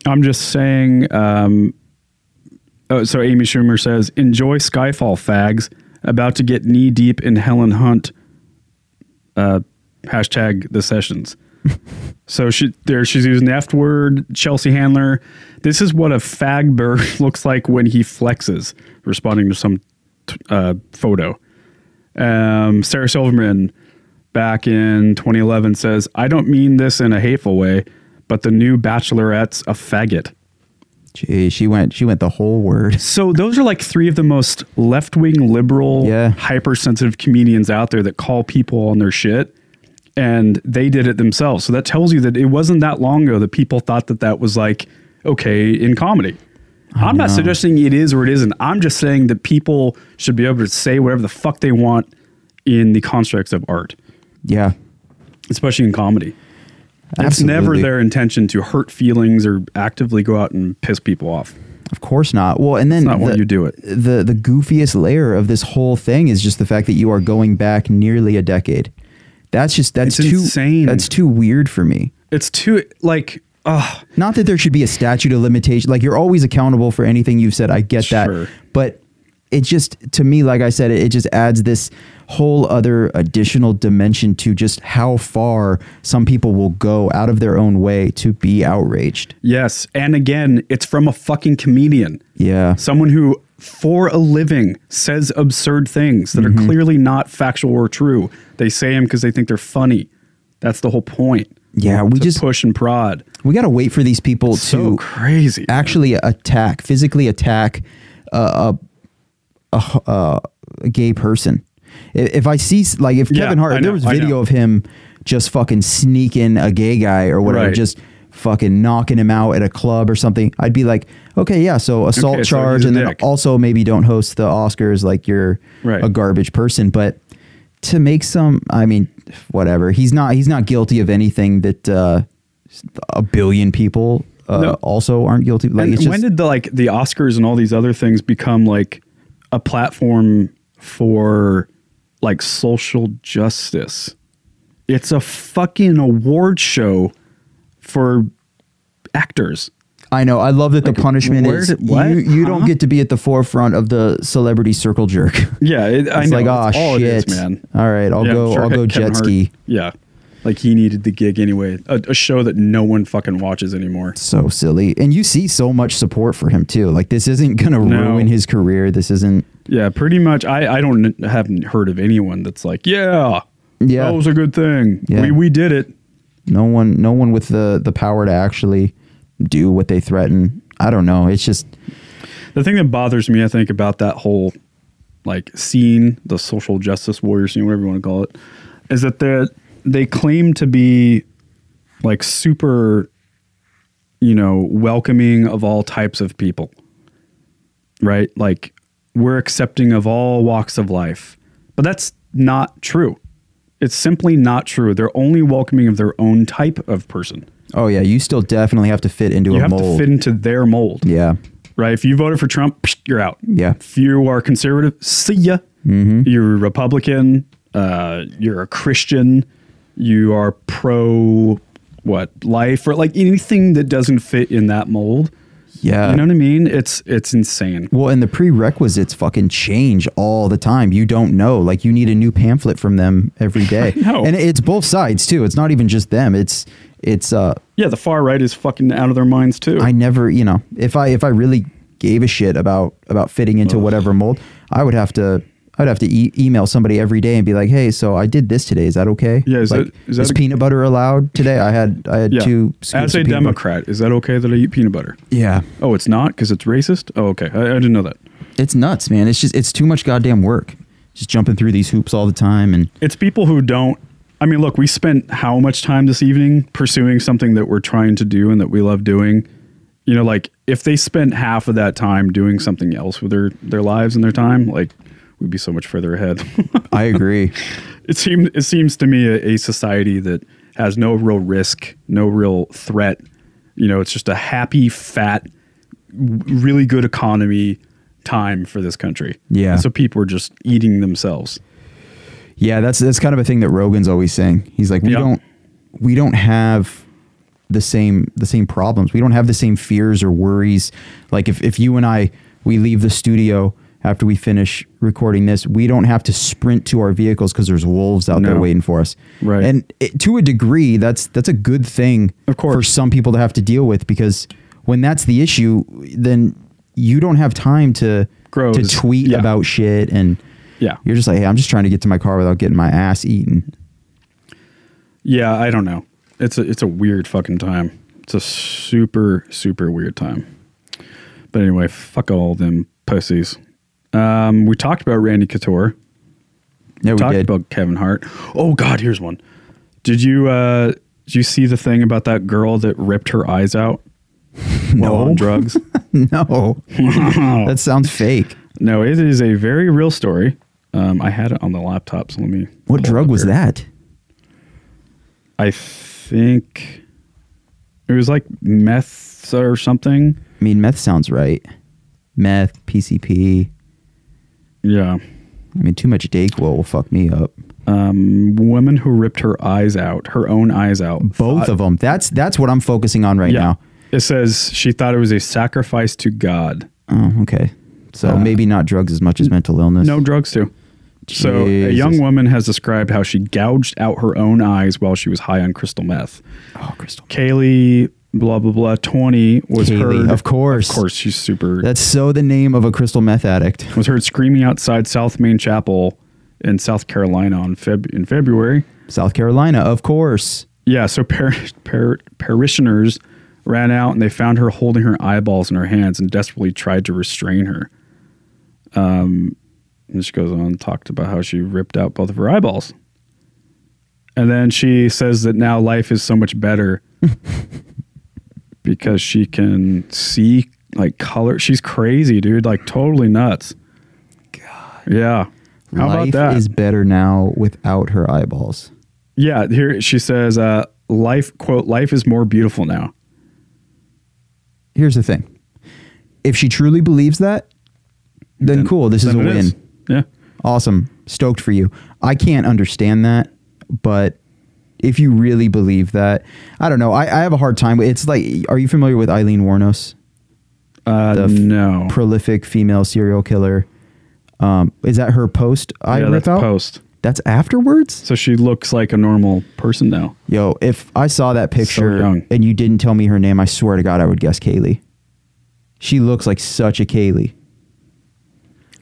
Speaker 1: I'm just saying, um, Oh, so Amy Schumer says, "Enjoy Skyfall, fags. About to get knee deep in Helen Hunt." Uh, hashtag the sessions. *laughs* so she there she's using the F word. Chelsea Handler. This is what a fag bird *laughs* looks like when he flexes. Responding to some t- uh, photo. Um, Sarah Silverman back in 2011 says, "I don't mean this in a hateful way, but the new Bachelorette's a faggot."
Speaker 2: Gee, she went she went the whole word. *laughs*
Speaker 1: So those are like three of the most left-wing liberal
Speaker 2: Yeah.
Speaker 1: hypersensitive comedians out there that call people on their shit and they did it themselves. So that tells you that it wasn't that long ago that people thought that that was like okay in comedy. I'm not suggesting it is or it isn't. I'm just saying that people should be able to say whatever the fuck they want in the constructs of art,
Speaker 2: Yeah.
Speaker 1: especially in comedy. It's never
Speaker 2: Absolutely.
Speaker 1: their intention to hurt feelings or actively go out and piss people off.
Speaker 2: Of course not. Well, and then
Speaker 1: Not
Speaker 2: the,
Speaker 1: why you do it.
Speaker 2: the the goofiest layer of this whole thing is just the fact that you are going back nearly a decade. That's just that's
Speaker 1: It's
Speaker 2: too
Speaker 1: insane.
Speaker 2: That's too weird for me.
Speaker 1: It's too like oh
Speaker 2: Not that there should be a statute of limitation. Like you're always accountable for anything you've said. I get
Speaker 1: Sure.
Speaker 2: that, but it just to me, like I said, it, it just adds this whole other additional dimension to just how far some people will go out of their own way to be outraged.
Speaker 1: Yes. And again, it's from a fucking comedian.
Speaker 2: Yeah.
Speaker 1: Someone who, for a living, says absurd things that
Speaker 2: Mm-hmm.
Speaker 1: are clearly not factual or true. They say them because they think they're funny. That's the whole point.
Speaker 2: Yeah, we
Speaker 1: to
Speaker 2: just-
Speaker 1: push and prod.
Speaker 2: We got to wait for these people to
Speaker 1: So crazy.
Speaker 2: actually attack, physically attack uh, a, a, a gay person. I- If I see, s- like, if
Speaker 1: Yeah,
Speaker 2: Kevin Hart,
Speaker 1: I
Speaker 2: if
Speaker 1: know,
Speaker 2: there was
Speaker 1: I
Speaker 2: video
Speaker 1: know.
Speaker 2: of him just fucking sneaking a gay guy or whatever,
Speaker 1: Right.
Speaker 2: just fucking knocking him out at a club or something, I'd be like, okay, yeah, so assault
Speaker 1: Okay, so
Speaker 2: charge,
Speaker 1: he's a
Speaker 2: and then
Speaker 1: dick.
Speaker 2: also maybe don't host the Oscars, like you're
Speaker 1: Right.
Speaker 2: a garbage person, but. To make some, I mean, whatever. He's not. He's not guilty of anything that uh, a billion people uh,
Speaker 1: No.
Speaker 2: also aren't guilty. Like
Speaker 1: And
Speaker 2: it's just,
Speaker 1: when did the like the Oscars and all these other things become like a platform for like social justice? It's a fucking award show for actors.
Speaker 2: I know. I love that the punishment
Speaker 1: where
Speaker 2: is
Speaker 1: did- what?
Speaker 2: you. You
Speaker 1: Huh?
Speaker 2: don't get to be at the forefront of the celebrity circle jerk. *laughs*
Speaker 1: Yeah, it, I
Speaker 2: It's
Speaker 1: know.
Speaker 2: like, oh
Speaker 1: That's all
Speaker 2: shit,
Speaker 1: it is, man.
Speaker 2: All right, I'll
Speaker 1: Yeah,
Speaker 2: go.
Speaker 1: sure
Speaker 2: I'll go
Speaker 1: Kevin
Speaker 2: jet
Speaker 1: Hart-
Speaker 2: ski.
Speaker 1: Yeah, like he needed the gig anyway. A, a show that no one fucking watches anymore.
Speaker 2: So silly, and you see so much support for him too. Like this isn't gonna
Speaker 1: No.
Speaker 2: ruin his career. This isn't.
Speaker 1: Yeah, pretty much. I I don't haven't heard of anyone that's like, yeah,
Speaker 2: Yeah.
Speaker 1: that was a good thing.
Speaker 2: Yeah.
Speaker 1: We we did it.
Speaker 2: No one. No one with the the power to actually do what they threaten. I don't know. It's just
Speaker 1: The thing that bothers me, I think, about that whole like scene, the social justice warrior scene, whatever you want to call it, is that they they claim to be like super, you know, welcoming of all types of people, right? Like we're accepting of all walks of life, but that's not true. It's simply not true. They're only welcoming of their own type of person.
Speaker 2: Oh yeah, you still definitely have to fit into
Speaker 1: You
Speaker 2: a
Speaker 1: have to
Speaker 2: mold.
Speaker 1: fit into their mold
Speaker 2: yeah,
Speaker 1: right? If you voted for Trump, psh, you're out.
Speaker 2: Yeah. Mm-hmm.
Speaker 1: If you are conservative, see ya. You're a Republican. Uh, you're a Christian. You are pro what life or like anything that doesn't fit in that mold.
Speaker 2: yeah.
Speaker 1: you know what I mean? It's it's insane.
Speaker 2: Well, and the prerequisites fucking change all the time. You don't know. Like you need a new pamphlet from them
Speaker 1: *laughs*
Speaker 2: every day.
Speaker 1: know.
Speaker 2: And it's both sides too. It's not even just them. It's it's uh
Speaker 1: Yeah, the far right is fucking out of their minds too.
Speaker 2: I never, you know, if I if I really gave a shit about about fitting into whatever mold, I would have to I'd have to e- email somebody every day and be like, "Hey, so I did this today. Is that okay?
Speaker 1: Yeah, is
Speaker 2: like,
Speaker 1: that- is that
Speaker 2: is
Speaker 1: a-
Speaker 2: peanut butter allowed today? I had I had
Speaker 1: yeah.
Speaker 2: two.
Speaker 1: As
Speaker 2: scoops
Speaker 1: a
Speaker 2: of peanut butter."
Speaker 1: Democrat, is that okay that I eat peanut butter?
Speaker 2: Yeah,
Speaker 1: Oh, it's not because it's racist. Oh, okay. I, I didn't know that.
Speaker 2: it's nuts, man. It's just it's too much goddamn work. Just jumping through these hoops all the time and
Speaker 1: it's people who don't i mean look we spent how much time this evening pursuing something that we're trying to do and that we love doing you know like if they spent half of that time doing something else with their their lives and their time like we'd be so much further ahead *laughs*
Speaker 2: I agree.
Speaker 1: it seems it seems to me a, a society that has no real risk no real threat you know it's just a happy fat w- really good economy time for this country
Speaker 2: Yeah.
Speaker 1: And so people are just eating themselves
Speaker 2: Yeah, that's that's kind of a thing that Rogan's always saying. He's like, we
Speaker 1: Yeah.
Speaker 2: don't we don't have the same the same problems. We don't have the same fears or worries. Like if if you and I we leave the studio after we finish recording this, we don't have to sprint to our vehicles because there's wolves out there
Speaker 1: No.
Speaker 2: waiting for us.
Speaker 1: Right.
Speaker 2: And it, to a degree, that's that's a good thing
Speaker 1: Of course.
Speaker 2: for some people to have to deal with because when that's the issue, then you don't have time to
Speaker 1: Grows.
Speaker 2: to tweet
Speaker 1: Yeah.
Speaker 2: about shit and
Speaker 1: Yeah.
Speaker 2: you're just like, hey, I'm just trying to get to my car without getting my ass eaten.
Speaker 1: Yeah, I don't know. It's a it's a weird fucking time. It's a super super weird time. But anyway, fuck all them pussies. Um, we talked about Randy Couture.
Speaker 2: Yeah, we
Speaker 1: talked
Speaker 2: did.
Speaker 1: about Kevin Hart. Oh God, here's one. Did you uh, did you see the thing about that girl that ripped her eyes
Speaker 2: *laughs*
Speaker 1: out while
Speaker 2: No.
Speaker 1: on
Speaker 2: *laughs*
Speaker 1: drugs?
Speaker 2: *laughs* No, that sounds fake.
Speaker 1: no, it is a very real story. Um, I had it on the laptop, so let me.
Speaker 2: What
Speaker 1: pull it
Speaker 2: drug
Speaker 1: up
Speaker 2: was
Speaker 1: here.
Speaker 2: that?
Speaker 1: I think it was like meth or something.
Speaker 2: I mean, meth sounds right. Meth, PCP.
Speaker 1: Yeah.
Speaker 2: I mean, too much Dayquil will fuck me up.
Speaker 1: Um, woman who ripped her eyes out, her own eyes out.
Speaker 2: Both of them. That's that's what I'm focusing on right
Speaker 1: yeah.
Speaker 2: now.
Speaker 1: It says she thought it was a sacrifice to God.
Speaker 2: Oh, okay. So
Speaker 1: Uh,
Speaker 2: maybe not drugs as much as mental illness.
Speaker 1: No drugs too. So a young
Speaker 2: Jesus.
Speaker 1: woman has described how she gouged out her own eyes while she was high on crystal meth.
Speaker 2: Oh, Crystal.
Speaker 1: Kaylee, blah blah blah, twenty was
Speaker 2: Kaylee,
Speaker 1: heard.
Speaker 2: of course.
Speaker 1: of course, she's super.
Speaker 2: That's so the name of a crystal meth addict.
Speaker 1: was heard screaming outside South Main Chapel in South Carolina on Feb in February.
Speaker 2: South Carolina, of course.
Speaker 1: Yeah, so par- par- parishioners ran out and they found her holding her eyeballs in her hands and desperately tried to restrain her. Um, and she goes on and talked about how she ripped out both of her eyeballs. And then she says that now life is so much
Speaker 2: *laughs*
Speaker 1: better because she can see like color. She's crazy, dude. Like totally nuts. God. Yeah. How
Speaker 2: Life
Speaker 1: about that?
Speaker 2: is better now without her eyeballs.
Speaker 1: Yeah, here she says, uh, "Life quote life is more beautiful now."
Speaker 2: Here's the thing. If she truly believes that, then, cool. This is a
Speaker 1: Then
Speaker 2: win.
Speaker 1: it Yeah,
Speaker 2: Awesome. Stoked for you. I can't understand that, but if you really believe that, I don't know. I, I have a hard time. with- It's like, are you familiar with Eileen Warnos?
Speaker 1: uh,
Speaker 2: The f-
Speaker 1: no,
Speaker 2: Prolific female serial killer. Um, is that her post? I
Speaker 1: yeah,
Speaker 2: rip
Speaker 1: that's
Speaker 2: out?
Speaker 1: post.
Speaker 2: That's afterwards.
Speaker 1: So she looks like a normal person now.
Speaker 2: Yo, if I saw that picture
Speaker 1: young.
Speaker 2: and you didn't tell me her name, I swear to God, I would guess Kaylee. She looks like such a Kaylee.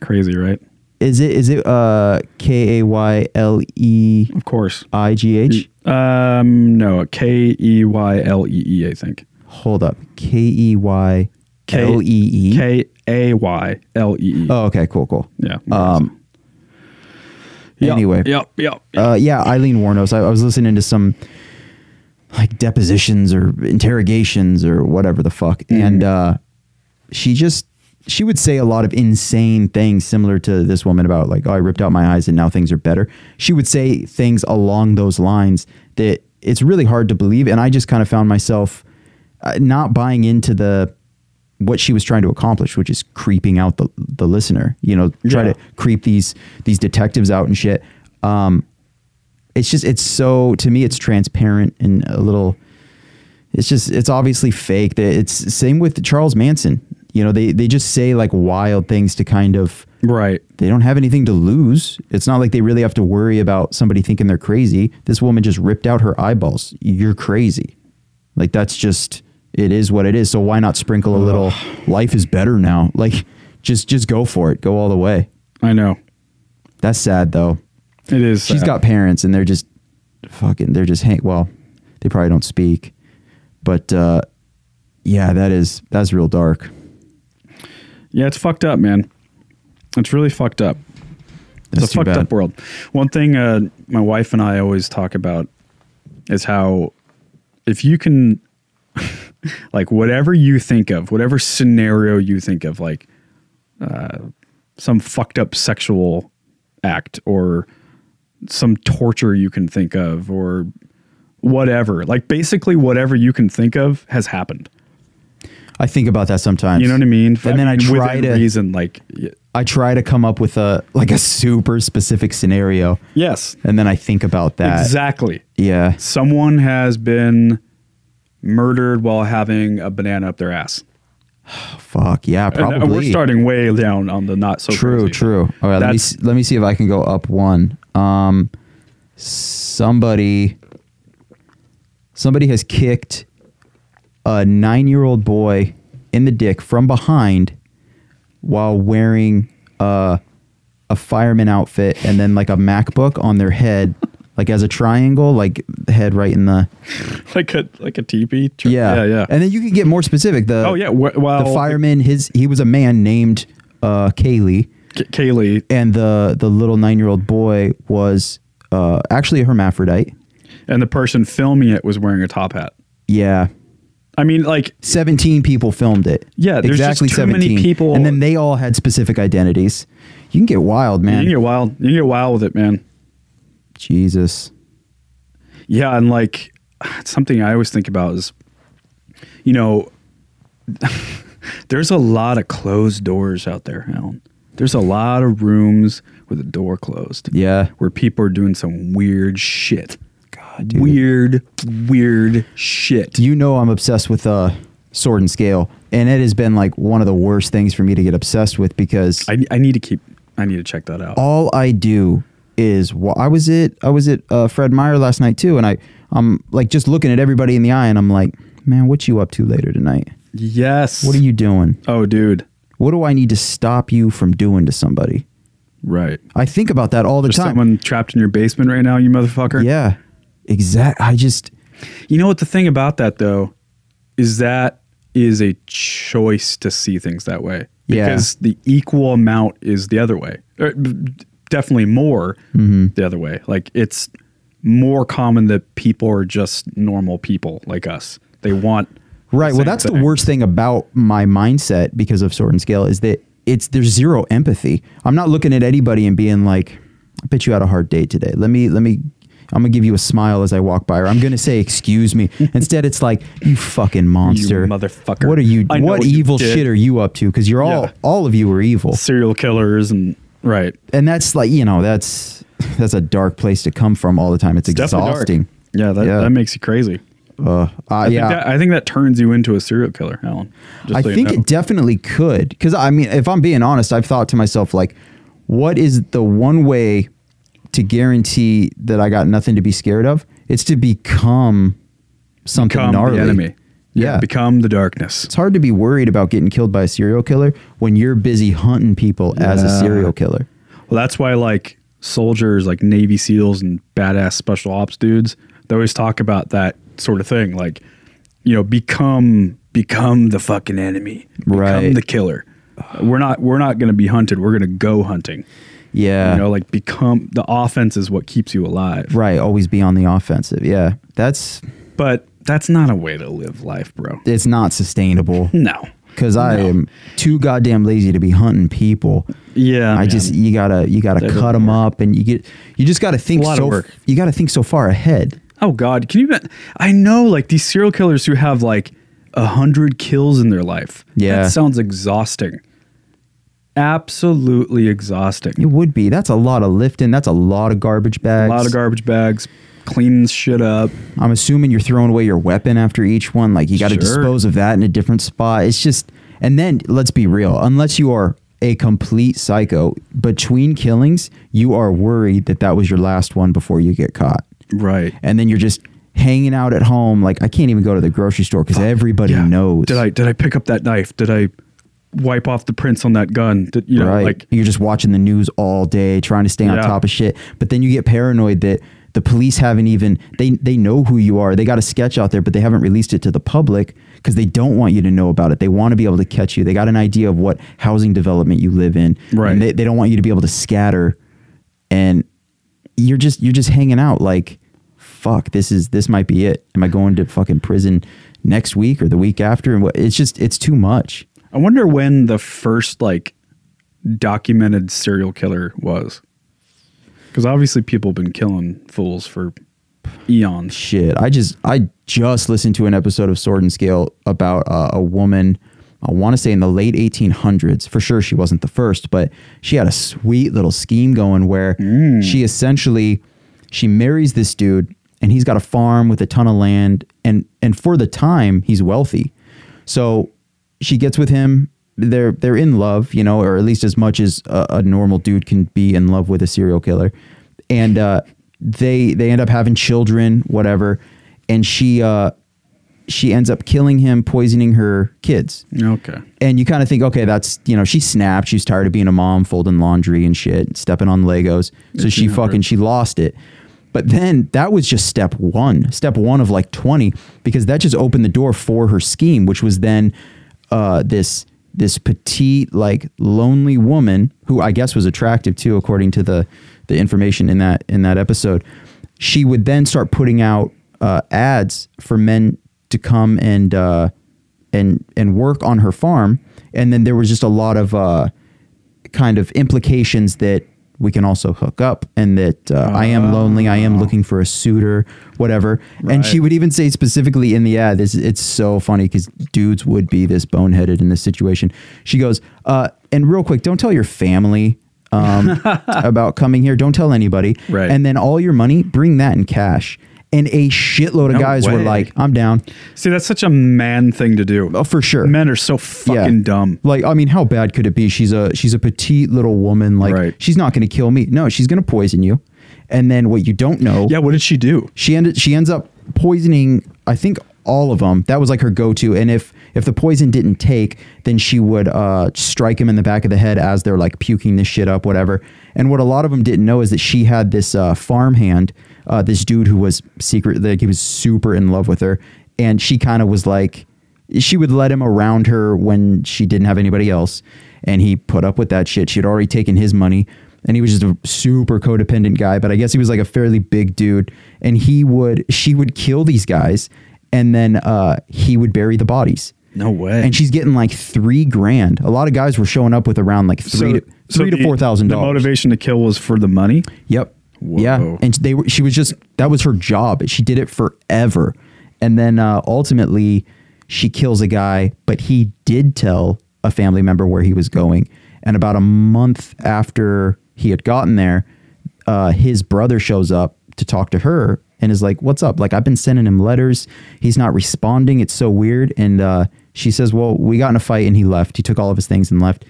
Speaker 1: Crazy, right?
Speaker 2: Is it is it uh K A Y L E
Speaker 1: Of course.
Speaker 2: I G H?
Speaker 1: Um, no, K E Y L E E. I think
Speaker 2: Hold up. K E Y L E E.
Speaker 1: K A Y L E E.
Speaker 2: Oh, okay, cool, cool.
Speaker 1: Yeah.
Speaker 2: Um.
Speaker 1: Yep,
Speaker 2: Anyway,
Speaker 1: Yep. Yep.
Speaker 2: Uh, yeah, Eileen Warnos. I, I was listening to some like depositions or interrogations or whatever the fuck, and uh, she just she would say a lot of insane things similar to this woman about like, oh, I ripped out my eyes and now things are better. She would say things along those lines that it's really hard to believe, and I just kind of found myself uh, not buying into the what she was trying to accomplish, which is creeping out the the listener. You know, try
Speaker 1: Yeah.
Speaker 2: to creep these these detectives out and shit. Um, it's just it's so to me it's transparent and a little. It's just it's obviously fake. That It's same with Charles Manson. You know, they they just say like wild things to kind of
Speaker 1: Right.
Speaker 2: they don't have anything to lose. It's not like they really have to worry about somebody thinking they're crazy. This woman just ripped out her eyeballs. You're crazy. Like that's just it is what it is. So why not sprinkle a little life is better now? Like just just go for it. Go all the way.
Speaker 1: I know.
Speaker 2: That's sad though.
Speaker 1: It is.
Speaker 2: She's
Speaker 1: sad.
Speaker 2: got parents and they're just fucking they're just hang well, they probably don't speak. But uh yeah, that is that's real dark.
Speaker 1: Yeah, it's fucked up, man. It's really fucked up.
Speaker 2: That's
Speaker 1: it's a
Speaker 2: too
Speaker 1: fucked
Speaker 2: bad.
Speaker 1: up world. One thing uh, my wife and I always talk about is how if you can, *laughs* like, whatever you think of, whatever scenario you think of, like, uh, some fucked up sexual act or some torture you can think of or whatever, like, basically, whatever you can think of has happened.
Speaker 2: I think about that sometimes.
Speaker 1: You know what I mean?
Speaker 2: And then I
Speaker 1: mean,
Speaker 2: try
Speaker 1: within
Speaker 2: to-
Speaker 1: reason, like, y-
Speaker 2: I try to come up with a like a super specific scenario.
Speaker 1: yes,
Speaker 2: and then I think about that.
Speaker 1: exactly.
Speaker 2: Yeah,
Speaker 1: someone has been murdered while having a banana up their ass.
Speaker 2: Fuck yeah,
Speaker 1: And, uh,
Speaker 2: probably.
Speaker 1: We're starting way down on the not so
Speaker 2: True,
Speaker 1: crazy.
Speaker 2: true. All right, let me
Speaker 1: That's-
Speaker 2: see, let me see if I can go up one. Um, somebody, somebody has kicked a nine-year-old boy in the dick from behind while wearing a a fireman outfit and then like a MacBook on their head, *laughs* like as a triangle, like head right in the
Speaker 1: like a like a teepee. Tr-
Speaker 2: yeah
Speaker 1: yeah, yeah.
Speaker 2: And then you could get more specific. The
Speaker 1: oh yeah, wh- well,
Speaker 2: the fireman his he was a man named uh, Kaylee
Speaker 1: K- Kaylee,
Speaker 2: and the the little nine year old boy was uh, actually a hermaphrodite.
Speaker 1: and the person filming it was wearing a top hat.
Speaker 2: Yeah,
Speaker 1: I mean, like
Speaker 2: seventeen people filmed it.
Speaker 1: Yeah, there's just
Speaker 2: exactly
Speaker 1: too many people-
Speaker 2: and then they all had specific identities. You can get wild,
Speaker 1: you
Speaker 2: man.
Speaker 1: can get wild. You can get wild with it, man.
Speaker 2: Jesus,
Speaker 1: Yeah, and like *sighs* something I always think about is, you know, *laughs* there's a lot of closed doors out there, Alan. There's a lot of rooms with a door closed.
Speaker 2: Yeah.
Speaker 1: Where people are doing some weird shit.
Speaker 2: God, dude.
Speaker 1: Weird, weird shit.
Speaker 2: you know I'm obsessed with uh, sword and scale, and it has been like one of the worst things for me to get obsessed with because
Speaker 1: I, I need to keep, I need to check that out.
Speaker 2: all I do is wa- I was at I was at uh, Fred Meyer last night too, and I I'm like just looking at everybody in the eye, and I'm like, man, what you up to later tonight?
Speaker 1: Yes.
Speaker 2: What are you doing?
Speaker 1: Oh, dude.
Speaker 2: What do I need to stop you from doing to somebody?
Speaker 1: Right.
Speaker 2: I think about that all the
Speaker 1: There's
Speaker 2: time.
Speaker 1: someone trapped in your basement right now, you motherfucker.
Speaker 2: yeah, exact. I just
Speaker 1: You know what the thing about that though is that is a choice to see things that way
Speaker 2: Yeah.
Speaker 1: because the equal amount is the other way. Or, b- definitely more
Speaker 2: Mm-hmm.
Speaker 1: the other way. Like it's more common that people are just normal people like us. They want
Speaker 2: right. well,
Speaker 1: same
Speaker 2: that's
Speaker 1: thing.
Speaker 2: the worst thing about my mindset because of sword and scale is that it's there's zero empathy. I'm not looking at anybody and being like, I bet you had a hard day today. Let me let me. I'm gonna give you a smile as I walk by, or I'm gonna say,
Speaker 1: *laughs*
Speaker 2: "Excuse me." Instead, it's like, "You fucking monster,
Speaker 1: motherfucker.
Speaker 2: What are you?
Speaker 1: I know
Speaker 2: What
Speaker 1: what you
Speaker 2: evil
Speaker 1: did."
Speaker 2: shit are you up to? Because you're all,
Speaker 1: Yeah.
Speaker 2: all of you are evil.
Speaker 1: serial killers and right.
Speaker 2: and that's like you know that's *laughs* that's a dark place to come from all the time. It's
Speaker 1: Definitely dark.
Speaker 2: exhausting.
Speaker 1: Yeah, that,
Speaker 2: Yeah.
Speaker 1: that makes you crazy.
Speaker 2: Uh,
Speaker 1: I
Speaker 2: yeah,
Speaker 1: think that, I think that turns you into a serial killer, Alan. Just
Speaker 2: I
Speaker 1: so you
Speaker 2: think
Speaker 1: know.
Speaker 2: it definitely could because I mean, if I'm being honest, I've thought to myself like, what is the one way to guarantee that I got nothing to be scared of? It's to become something
Speaker 1: become
Speaker 2: gnarly.
Speaker 1: the enemy.
Speaker 2: Yeah.
Speaker 1: become the darkness.
Speaker 2: it's hard to be worried about getting killed by a serial killer when you're busy hunting people as a
Speaker 1: Yeah.
Speaker 2: serial killer.
Speaker 1: Well, that's why like soldiers, like Navy SEALs and badass special ops dudes, they always talk about that sort of thing. Like, you know, become become the fucking enemy. Become
Speaker 2: Right.
Speaker 1: the killer. We're not we're not gonna be hunted. We're gonna go hunting.
Speaker 2: Yeah,
Speaker 1: You know, like become the offense is what keeps you alive.
Speaker 2: right. Always be on the offensive. Yeah, that's
Speaker 1: But that's not a way to live life, bro.
Speaker 2: it's not sustainable.
Speaker 1: No.
Speaker 2: Cause I
Speaker 1: No.
Speaker 2: am too goddamn lazy to be hunting people.
Speaker 1: Yeah.
Speaker 2: I
Speaker 1: man.
Speaker 2: just you gotta you gotta 'em
Speaker 1: That
Speaker 2: cut
Speaker 1: doesn't
Speaker 2: them up, and you get you just gotta think
Speaker 1: A lot of
Speaker 2: so
Speaker 1: work.
Speaker 2: you gotta think so far ahead.
Speaker 1: Oh God, can you? ima- I know, like these serial killers who have like a hundred kills in their life.
Speaker 2: Yeah.
Speaker 1: that sounds exhausting. Absolutely exhausting.
Speaker 2: It would be that's a lot of lifting. That's a lot of garbage
Speaker 1: a
Speaker 2: bags.
Speaker 1: lot of garbage bags, cleaning shit up.
Speaker 2: I'm assuming you're throwing away your weapon after each one. Like you gotta
Speaker 1: Sure.
Speaker 2: dispose of that in a different spot. It's just and then let's be real. Unless you are a complete psycho, between killings, you are worried that that was your last one before you get caught.
Speaker 1: Right.
Speaker 2: and then you're just hanging out at home like i can't even go to the grocery store because everybody knows
Speaker 1: Did I did I pick up that knife? Did I wipe off the prints on that gun? Did you know
Speaker 2: right
Speaker 1: like
Speaker 2: you're just watching the news all day trying to stay on
Speaker 1: Yeah.
Speaker 2: top of shit but then you get paranoid that the police haven't even they they know who you are they got a sketch out there but they haven't released it to the public because they don't want you to know about it they want to be able to catch you they got an idea of what housing development you live in
Speaker 1: Right.
Speaker 2: and they, they don't want you to be able to scatter and you're just you're just hanging out like fuck this is this might be it am i going to fucking prison next week or the week after and what it's just it's too much
Speaker 1: I wonder when the first like documented serial killer was. Because obviously people have been killing fools for eons.
Speaker 2: shit i just i just listened to an episode of sword and scale about uh, a woman i want to say in the late 1800s for sure she wasn't the first but she had a sweet little scheme going where she essentially she marries this dude and he's got a farm with a ton of land and and for the time he's wealthy so she gets with him. They're they're in love, you know, or at least as much as a, a normal dude can be in love with a serial killer. And uh, they they end up having children, whatever. And she uh, she ends up killing him, poisoning her kids
Speaker 1: Okay.
Speaker 2: and you kind of think, okay, that's you know, she snapped. She's tired of being a mom, folding laundry and shit, stepping on Legos. So she
Speaker 1: not right?
Speaker 2: fucking she lost it. But then that was just step one, step one of like twenty, because that just opened the door for her scheme, which was then uh, this this petite, like lonely woman who I guess was attractive too, according to the the information in that in that episode. She would then start putting out uh, ads for men to come and uh, and and work on her farm and then there was just a lot of uh kind of implications that we can also hook up and that uh, i am
Speaker 1: Ah.
Speaker 2: lonely i am looking for a suitor whatever and she
Speaker 1: Right.
Speaker 2: would even say specifically in the ad this it's so funny because dudes would be this boneheaded in this situation she goes uh and real quick don't tell your family
Speaker 1: *laughs*
Speaker 2: um, about coming here don't tell anybody
Speaker 1: Right.
Speaker 2: and then all your money bring that in cash and a shitload of
Speaker 1: No
Speaker 2: guys were
Speaker 1: way.
Speaker 2: like i'm down
Speaker 1: See, that's such a man thing to do.
Speaker 2: oh for sure
Speaker 1: Men are so fucking dumb.
Speaker 2: like, I mean, how bad could it be? She's a she's a petite little woman. Like,
Speaker 1: Right.
Speaker 2: she's not going to kill me. No, she's going to poison you. And then what you don't know,
Speaker 1: Yeah, what did she do?
Speaker 2: she ended she ends up poisoning. I think all of them. That was like her go to. And if if the poison didn't take, then she would uh, strike him in the back of the head as they're like puking this shit up, whatever. And what a lot of them didn't know is that she had this uh, farmhand, uh, this dude who was secret, like he was super in love with her, and she kind of was like she would let him around her when she didn't have anybody else and he put up with that shit she had already taken his money and he was just a super codependent guy but i guess he was like a fairly big dude and he would she would kill these guys and then uh, he would bury the bodies
Speaker 1: No way.
Speaker 2: and she's getting like three grand a lot of guys were showing up with around like three to three to
Speaker 1: the-
Speaker 2: four thousand
Speaker 1: The
Speaker 2: dollars
Speaker 1: motivation to kill was for the money.
Speaker 2: Yep. Yeah,
Speaker 1: Whoa.
Speaker 2: and they were. She was just that was her job. She did it forever, and then uh, ultimately, she kills a guy. But he did tell a family member where he was going, and about a month after he had gotten there, uh, his brother shows up to talk to her and is like, "What's up? Like I've been sending him letters. He's not responding. It's so weird." And uh, she says, "Well, we got in a fight, and he left. He took all of his things and left."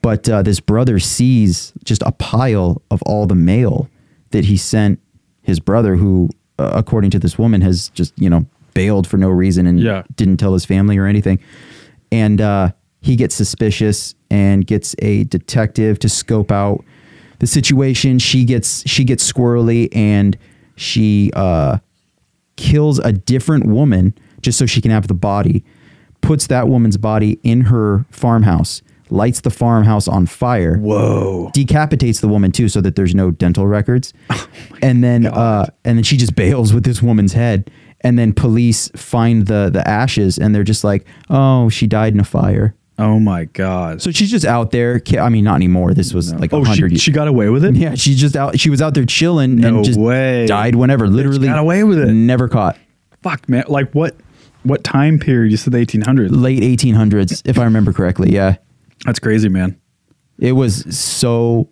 Speaker 2: But uh, this brother sees just a pile of all the mail that he sent his brother, who, uh, according to this woman, has just, you know, bailed for no reason and
Speaker 1: Yeah.
Speaker 2: didn't tell his family or anything. And uh, he gets suspicious and gets a detective to scope out the situation. She gets she gets squirrely and she uh, kills a different woman just so she can have the body, puts that woman's body in her farmhouse, lights the farmhouse on fire,
Speaker 1: Whoa.
Speaker 2: decapitates the woman too so that there's no
Speaker 1: *laughs*
Speaker 2: dental records.
Speaker 1: Oh
Speaker 2: and then uh and then she just bails with this woman's head and then police find the the ashes and they're just like, "Oh, she died in a fire."
Speaker 1: Oh my god.
Speaker 2: So she's just out there. ki- I mean, not anymore. This was like a
Speaker 1: oh,
Speaker 2: 100
Speaker 1: she,
Speaker 2: years.
Speaker 1: she got away with it.
Speaker 2: Yeah, she's just out. She was out there chilling
Speaker 1: No
Speaker 2: and just
Speaker 1: way.
Speaker 2: died whenever. Literally
Speaker 1: got away with it.
Speaker 2: Never caught.
Speaker 1: Fuck, man. Like what? What time period? You said the 1800s.
Speaker 2: Late 1800s, if I remember correctly. Yeah,
Speaker 1: That's crazy, man.
Speaker 2: it was so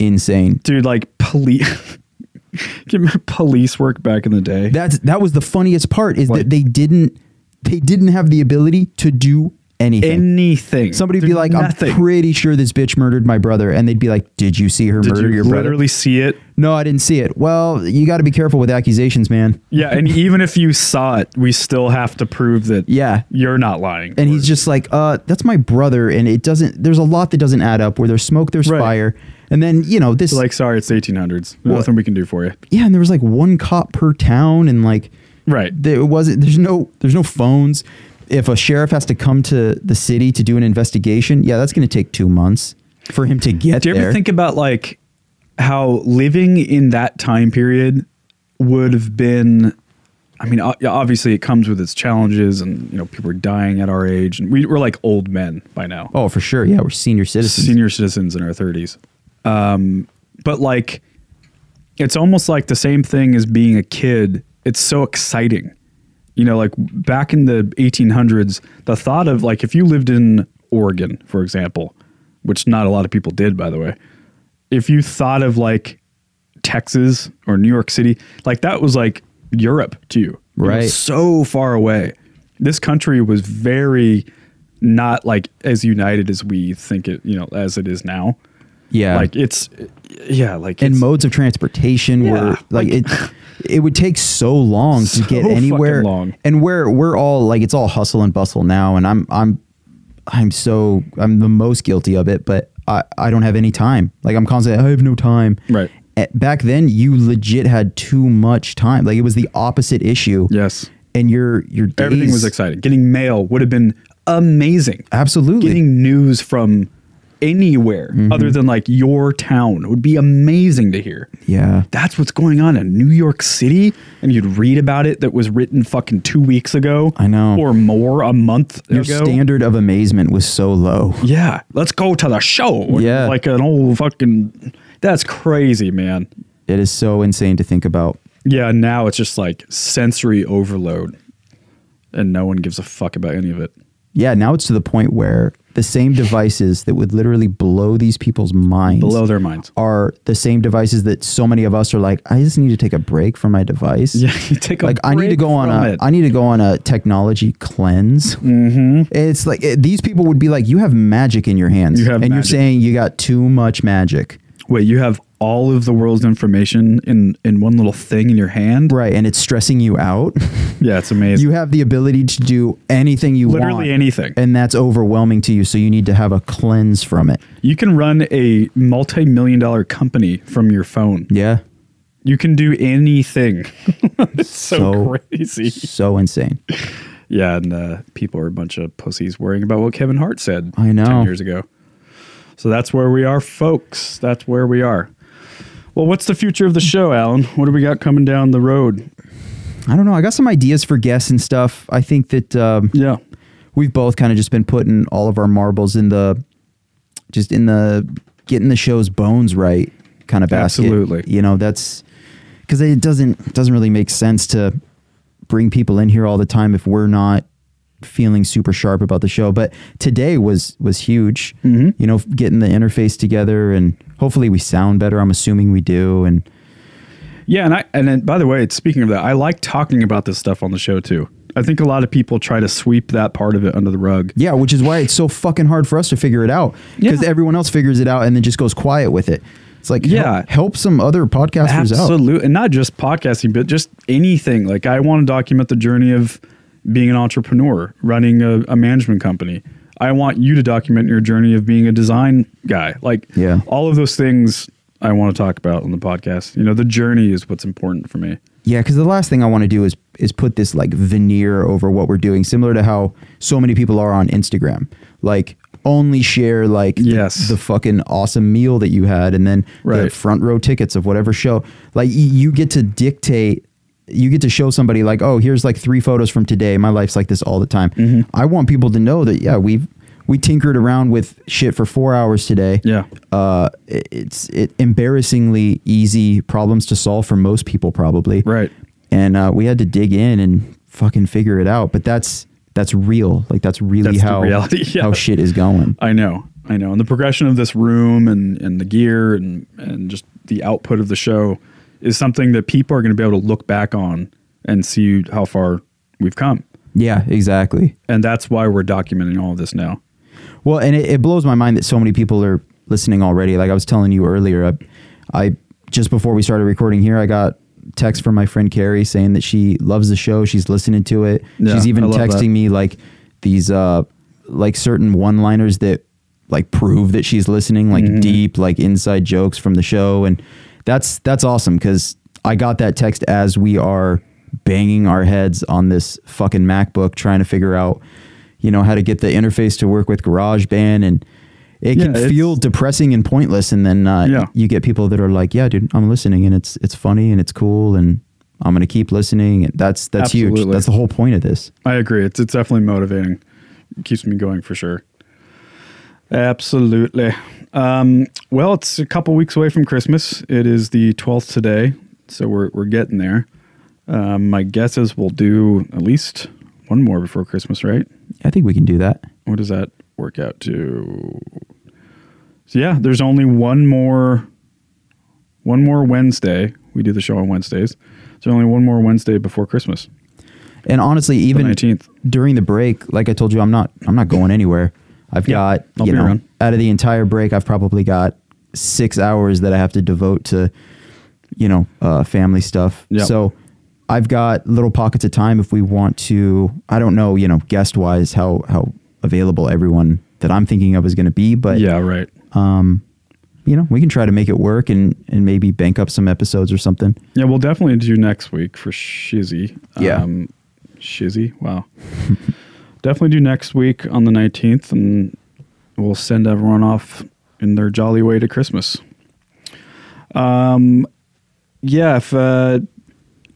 Speaker 2: insane.
Speaker 1: Dude, like police. *laughs* Give me police work back in the day.
Speaker 2: That's that was the funniest part is
Speaker 1: Like-
Speaker 2: that they didn't they didn't have the ability to do anything.
Speaker 1: anything.
Speaker 2: Somebody would be
Speaker 1: There's
Speaker 2: like,
Speaker 1: nothing.
Speaker 2: "I'm pretty sure this bitch murdered my brother," and they'd be like, "Did you see her
Speaker 1: Did
Speaker 2: murder
Speaker 1: you
Speaker 2: your
Speaker 1: literally
Speaker 2: brother?"
Speaker 1: see it?
Speaker 2: No, I didn't see it. Well, you got to be careful with accusations, man.
Speaker 1: Yeah, and even if you saw it, we still have to prove that
Speaker 2: Yeah.
Speaker 1: you're not lying.
Speaker 2: And he's just like, "Uh, that's my brother," and it doesn't. There's a lot that doesn't add up. Where there's smoke, there's
Speaker 1: Right.
Speaker 2: fire, and then you know this.
Speaker 1: like, sorry, it's the 1800s. Nothing we can do for you.
Speaker 2: yeah, and there was like one cop per town, and like
Speaker 1: Right.
Speaker 2: there wasn't there's no there's no phones if a sheriff has to come to the city to do an investigation yeah that's going to take two months for him to get
Speaker 1: Do you
Speaker 2: there
Speaker 1: ever think about like how living in that time period would have been? I mean, o- obviously, it comes with its challenges, and you know, people are dying at our age, and we, we're like old men by now.
Speaker 2: oh for sure yeah we're senior citizens
Speaker 1: senior citizens in our 30s. Um, but like, it's almost like the same thing as being a kid. It's so exciting. You know, like back in the 1800s, the thought of like if you lived in Oregon, for example, which not a lot of people did, by the way, if you thought of like Texas or New York City, like that was like Europe to you. It was
Speaker 2: Right.
Speaker 1: so far away. This country was very not like as united as we think it, you know, as it is now.
Speaker 2: yeah
Speaker 1: Like it's, yeah, like
Speaker 2: and
Speaker 1: it's,
Speaker 2: modes of transportation were
Speaker 1: Yeah,
Speaker 2: like it it would take so long to
Speaker 1: *laughs* So
Speaker 2: get anywhere
Speaker 1: fucking long.
Speaker 2: and where we're all like it's all hustle and bustle now and i'm i'm i'm so i'm the most guilty of it but i i don't have any time like i'm constantly i have no time
Speaker 1: Right.
Speaker 2: Eh, back then you legit had too much time like it was the opposite issue
Speaker 1: yes,
Speaker 2: and your your days,
Speaker 1: everything was exciting. Getting mail would have been amazing.
Speaker 2: absolutely
Speaker 1: Getting news from anywhere
Speaker 2: Mm-hmm.
Speaker 1: other than like your town would be amazing to hear.
Speaker 2: yeah
Speaker 1: That's what's going on in New York City, and you'd read about it that was written fucking two weeks ago.
Speaker 2: I know.
Speaker 1: or more a month
Speaker 2: your
Speaker 1: ago.
Speaker 2: standard of amazement was so low
Speaker 1: yeah, let's go to the show.
Speaker 2: Yeah.
Speaker 1: like an old fucking. That's crazy, man.
Speaker 2: it is so insane to think about
Speaker 1: Yeah, now it's just like sensory overload, and no one gives a fuck about any of it.
Speaker 2: Yeah, now it's to the point where the same devices that would literally blow these people's minds
Speaker 1: Blow their minds. *laughs*
Speaker 2: are the same devices that so many of us are like, I just need to take a break from my device.
Speaker 1: Yeah, *laughs* you take a
Speaker 2: Like I need to
Speaker 1: break
Speaker 2: go on
Speaker 1: from
Speaker 2: a,
Speaker 1: it.
Speaker 2: I need to go on a technology cleanse.
Speaker 1: Mm-hmm.
Speaker 2: It's like eh, these people would be like, you have magic in your hands,
Speaker 1: You have
Speaker 2: and you're
Speaker 1: magic.
Speaker 2: saying you got too much magic,
Speaker 1: Wait, you have all of the world's information in in one little thing in your hand.
Speaker 2: right? And it's stressing
Speaker 1: *laughs*
Speaker 2: you out.
Speaker 1: Yeah, it's amazing.
Speaker 2: you have the ability to do anything you want,
Speaker 1: Literally anything.
Speaker 2: and that's overwhelming to you. So you need to have a cleanse from it.
Speaker 1: You can run a multi-million dollar company from your phone. *laughs*
Speaker 2: Yeah,
Speaker 1: You can do anything. *laughs* it's so, crazy.
Speaker 2: so insane.
Speaker 1: Yeah, and uh, people are a bunch of pussies worrying about what Kevin Hart said
Speaker 2: I know.
Speaker 1: 10 years ago. So that's where we are, folks. That's where we are. Well, what's the future of the show, Alan? What do we got coming down the road?
Speaker 2: I don't know. I got some ideas for guests and stuff. I think that um,
Speaker 1: Yeah.
Speaker 2: we've both kind of just been putting all of our marbles in the, just in the getting the show's bones right kind of basket.
Speaker 1: Absolutely.
Speaker 2: You know, that's because it doesn't doesn't really make sense to bring people in here all the time if we're not feeling super sharp about the show. But today was was huge. You know, getting the interface together and hopefully we sound better. I'm assuming we do. And
Speaker 1: Yeah, and I and then, by the way, speaking of that, I like talking about this stuff on the show too. I think a lot of people try to sweep that part of it under the rug.
Speaker 2: Yeah, which is why it's so fucking hard for us to figure it out because
Speaker 1: Yeah.
Speaker 2: everyone else figures it out and then just goes quiet with it. It's like, hel-
Speaker 1: Yeah.
Speaker 2: help, some other podcasters out.
Speaker 1: Absolutely. And not just podcasting, but just anything. Like I want to document the journey of being an entrepreneur, running a, a management company. I want you to document your journey of being a design guy. Like
Speaker 2: Yeah.
Speaker 1: all of those things I want to talk about on the podcast. You know, the journey is what's important for me.
Speaker 2: Yeah, because the last thing I want to do is is put this like veneer over what we're doing, similar to how so many people are on Instagram, like only share like the-
Speaker 1: Yes.
Speaker 2: the, fucking awesome meal that you had and then the
Speaker 1: Right.
Speaker 2: front row tickets of whatever show. Like y- you get to dictate. You get to show somebody like, oh, here's like three photos from today. My life's like this all the time.
Speaker 1: Mm-hmm.
Speaker 2: I want people to know that yeah, we've we tinkered around with shit for four hours today
Speaker 1: Yeah.
Speaker 2: uh, it- it's it embarrassingly easy problems to solve for most people, probably.
Speaker 1: Right.
Speaker 2: And uh, we had to dig in and fucking figure it out. But that's that's real. Like that's really
Speaker 1: That's the
Speaker 2: how
Speaker 1: reality, *laughs* yeah.
Speaker 2: how shit is going.
Speaker 1: I know. I know. And the progression of this room and, and the gear and, and just the output of the show is something that people are going to be able to look back on and see how far we've come.
Speaker 2: Yeah, exactly.
Speaker 1: and that's why we're documenting all of this now.
Speaker 2: Well, and it, it blows my mind that so many people are listening already. Like I was telling you earlier, I, I just before we started recording here, I got text from my friend Carrie saying that she loves the show. She's listening to it.
Speaker 1: Yeah,
Speaker 2: she's even
Speaker 1: I love
Speaker 2: texting
Speaker 1: that.
Speaker 2: me like these uh like certain one-liners that like prove that she's listening, like
Speaker 1: Mm-hmm.
Speaker 2: deep like inside jokes from the show and that's that's awesome cuz I got that text as we are banging our heads on this fucking MacBook trying to figure out you know how to get the interface to work with GarageBand and it
Speaker 1: Yeah,
Speaker 2: can
Speaker 1: it's-
Speaker 2: feel depressing and pointless and then uh,
Speaker 1: Yeah.
Speaker 2: you get people that are like yeah dude I'm listening and it's it's funny and it's cool and I'm going to keep listening and that's that's huge
Speaker 1: Absolutely.
Speaker 2: that's the whole point of this
Speaker 1: I agree. It's it's definitely motivating. It keeps me going for sure. Absolutely. Um, well, it's a couple weeks away from Christmas. It is the twelfth today, so we're we're getting there. Um, my guess is we'll do at least one more before Christmas, right?
Speaker 2: I think we can do that.
Speaker 1: What does that work out to? So yeah, there's only one more one more Wednesday. We do the show on Wednesdays. There's only one more Wednesday before Christmas.
Speaker 2: And honestly, even
Speaker 1: 19th.
Speaker 2: during the break, like I told you, I'm not I'm not going anywhere. I've
Speaker 1: Yeah,
Speaker 2: got
Speaker 1: I'll
Speaker 2: you
Speaker 1: be
Speaker 2: know
Speaker 1: around.
Speaker 2: out of the entire break, I've probably got six hours that I have to devote to you know uh, family stuff.
Speaker 1: Yeah.
Speaker 2: So I've got little pockets of time if we want to. I don't know, you know, guest wise, how how available everyone that I'm thinking of is going to be, but
Speaker 1: Yeah, right.
Speaker 2: you know, we can try to make it work and and maybe bank up some episodes or something.
Speaker 1: Yeah, we'll definitely do next week for Shizzy. Um,
Speaker 2: Yeah.
Speaker 1: Shizzy. Wow. *laughs* definitely do next week on the 19th, and we'll send everyone off in their jolly way to Christmas. Um, yeah, if, uh,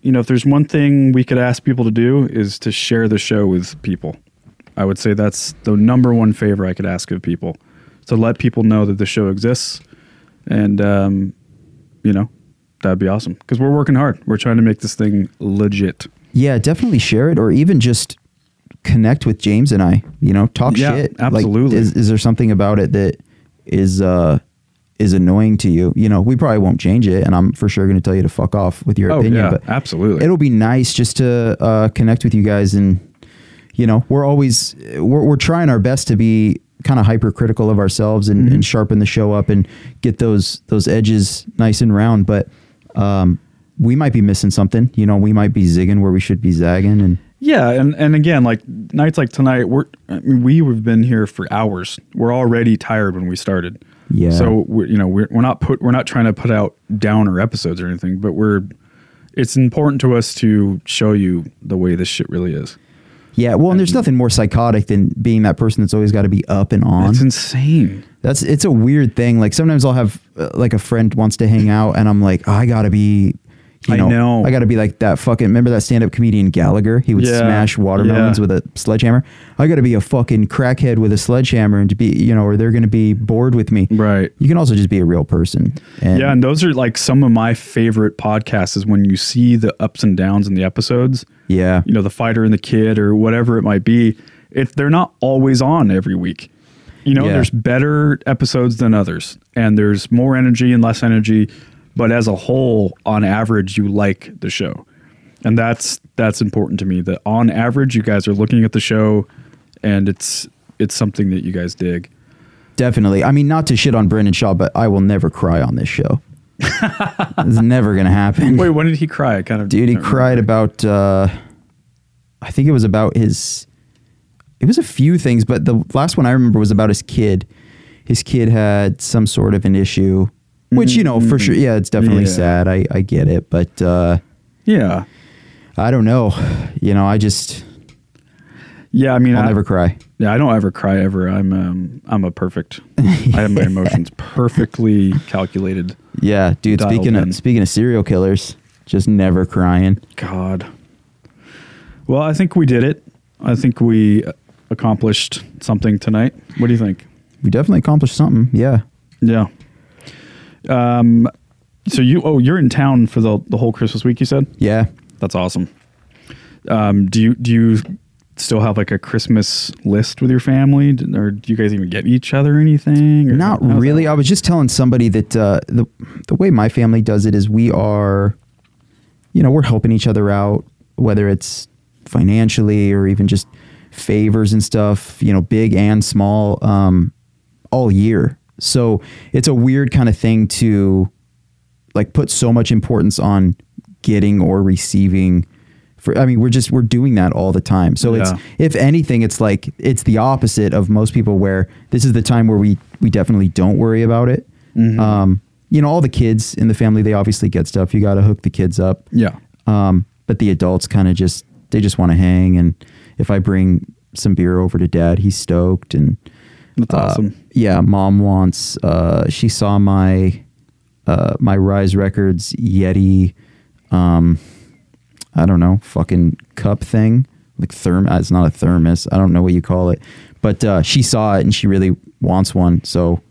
Speaker 1: you know, if there's one thing we could ask people to do is to share the show with people. I would say that's the number one favor I could ask of people to let people know that the show exists and um, you know, that'd be awesome because we're working hard. We're trying to make this thing legit.
Speaker 2: Yeah, definitely share it or even just connect with James and I, you know, talk
Speaker 1: Yeah,
Speaker 2: shit.
Speaker 1: absolutely.
Speaker 2: Like, is, is there something about it that is, uh, is annoying to you? You know, we probably won't change it and I'm for sure going to tell you to fuck off with your
Speaker 1: Oh,
Speaker 2: opinion,
Speaker 1: yeah,
Speaker 2: but
Speaker 1: absolutely.
Speaker 2: it'll be nice just to, uh, connect with you guys and, you know, we're always, we're, we're trying our best to be kind of hypercritical of ourselves
Speaker 1: Mm-hmm.
Speaker 2: and, and sharpen the show up and get those, those edges nice and round. But, um, we might be missing something, you know. We might be zigging where we should be zagging, and
Speaker 1: Yeah, and and again, like nights like tonight, we're I mean, we have been here for hours. We're already tired when we started.
Speaker 2: Yeah.
Speaker 1: So we're, you know we're we're not put we're not trying to put out downer episodes or anything, but we're it's important to us to show you the way this shit really is.
Speaker 2: Yeah, well, and there's nothing more psychotic than being that person that's always got to be up and on.
Speaker 1: It's insane.
Speaker 2: That's it's a weird thing. Like sometimes I'll have uh, like a friend wants to hang out, and I'm like, I gotta be, you
Speaker 1: I
Speaker 2: know,
Speaker 1: know.
Speaker 2: I gotta be like that fucking. Remember that stand-up comedian Gallagher? He would
Speaker 1: Yeah,
Speaker 2: smash watermelons
Speaker 1: yeah.
Speaker 2: with a sledgehammer. I gotta be a fucking crackhead with a sledgehammer, and to be, you know, or they're gonna be bored with me.
Speaker 1: Right.
Speaker 2: You can also just be a real person. And
Speaker 1: Yeah, and those are like some of my favorite podcasts is when you see the ups and downs in the episodes.
Speaker 2: yeah,
Speaker 1: you know the fighter and the kid or whatever it might be if they're not always on every week you know
Speaker 2: Yeah.
Speaker 1: there's better episodes than others and there's more energy and less energy but as a whole on average you like the show and that's that's important to me that on average you guys are looking at the show and it's it's something that you guys dig
Speaker 2: Definitely. I mean, not to shit on Brendan Shaw, but I will never cry on this show. *laughs* it's never gonna
Speaker 1: *laughs*
Speaker 2: happen.
Speaker 1: wait when did he cry i kind of
Speaker 2: Dude, he
Speaker 1: don't remember.
Speaker 2: cried about. Uh, I think it was about his. It was a few things, but the last one I remember was about his kid. His kid had some sort of an issue, which you know for sure. Yeah, it's definitely
Speaker 1: Mm-hmm. Yeah.
Speaker 2: sad. I I get it, but uh,
Speaker 1: yeah
Speaker 2: I don't know. You know, I just
Speaker 1: yeah i mean
Speaker 2: I'll
Speaker 1: I,
Speaker 2: never cry.
Speaker 1: Yeah, I don't ever cry ever. I'm um, I'm a
Speaker 2: *laughs*
Speaker 1: perfect. I have my emotions perfectly calculated.
Speaker 2: Yeah, dude.
Speaker 1: Dialed
Speaker 2: Speaking
Speaker 1: in.
Speaker 2: of speaking of serial killers, just never crying.
Speaker 1: God. Well, I think we did it. I think we uh, accomplished something tonight. What do you think?
Speaker 2: We definitely accomplished something. Yeah.
Speaker 1: Yeah. Um. So you oh you're in town for the the whole Christmas week. You said
Speaker 2: Yeah.
Speaker 1: that's awesome. Um. Do you do you still have like a Christmas list with your family, D- or do you guys even get each other anything? or
Speaker 2: Not
Speaker 1: how's that
Speaker 2: really. I was just telling somebody that uh, the the way my family does it is we are, you know, we're helping each other out, whether it's financially or even just favors and stuff, you know, big and small, um, all year. So it's a weird kind of thing to like put so much importance on getting or receiving for i mean we're just we're doing that all the time so
Speaker 1: Yeah.
Speaker 2: it's if anything it's like it's the opposite of most people where this is the time where we we definitely don't worry about it um you know all the kids in the family they obviously get stuff you got to hook the kids up
Speaker 1: Yeah.
Speaker 2: um but the adults kind of just they just want to hang and if i bring some beer over to dad he's stoked and
Speaker 1: That's
Speaker 2: uh,
Speaker 1: awesome.
Speaker 2: yeah, mom wants. Uh, she saw my uh, my Rise Records Yeti. Um, I don't know, fucking cup thing, like therm. uh, It's not a thermos. I don't know what you call it, but uh, she saw it and she really wants one. So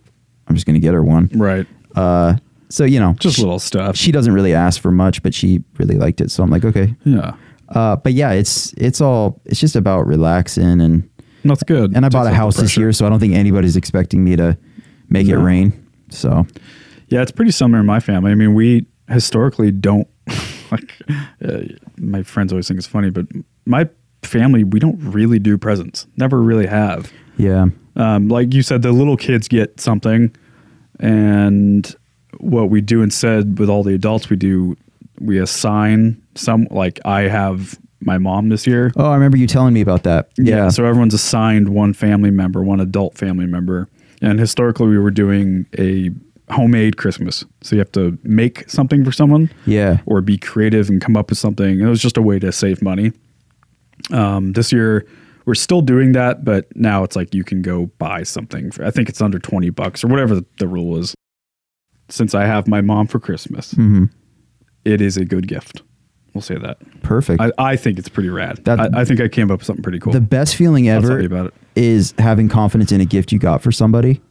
Speaker 2: I'm just gonna get her one.
Speaker 1: Right.
Speaker 2: Uh, so you know,
Speaker 1: Just
Speaker 2: she,
Speaker 1: little stuff.
Speaker 2: She doesn't really ask for much, but she really liked it. So I'm like, okay.
Speaker 1: yeah.
Speaker 2: Uh, but yeah, it's it's all it's just about relaxing and
Speaker 1: That's good.
Speaker 2: and I bought
Speaker 1: Takes
Speaker 2: a
Speaker 1: off the
Speaker 2: house this
Speaker 1: pressure.
Speaker 2: year, so I don't think anybody's expecting me to make it
Speaker 1: No.
Speaker 2: rain. So
Speaker 1: Yeah, it's pretty similar in my family. I mean, *laughs* we historically don't like. Uh, my friends always think it's funny, but my family we don't really do presents. Never really have.
Speaker 2: Yeah.
Speaker 1: Um, like you said, the little kids get something, and what we do instead with all the adults, we do we assign some. Like I have my mom this year.
Speaker 2: Oh, I remember you telling me about that. Yeah.
Speaker 1: So everyone's assigned one family member, one adult family member. And historically, we were doing a homemade Christmas. So you have to make something for someone
Speaker 2: yeah.
Speaker 1: or be creative and come up with something. It was just a way to save money. Um, this year, we're still doing that, but now it's like you can go buy something. For, I think it's under 20 bucks or whatever the, the rule is. Since I have my mom for Christmas,
Speaker 2: Mm-hmm.
Speaker 1: it is a good gift. We'll say that.
Speaker 2: Perfect.
Speaker 1: I, I think it's pretty rad.
Speaker 2: That-
Speaker 1: I, I think I came up with something pretty cool.
Speaker 2: the best feeling
Speaker 1: I'll
Speaker 2: ever
Speaker 1: tell you about it.
Speaker 2: is having confidence in a gift you got for somebody.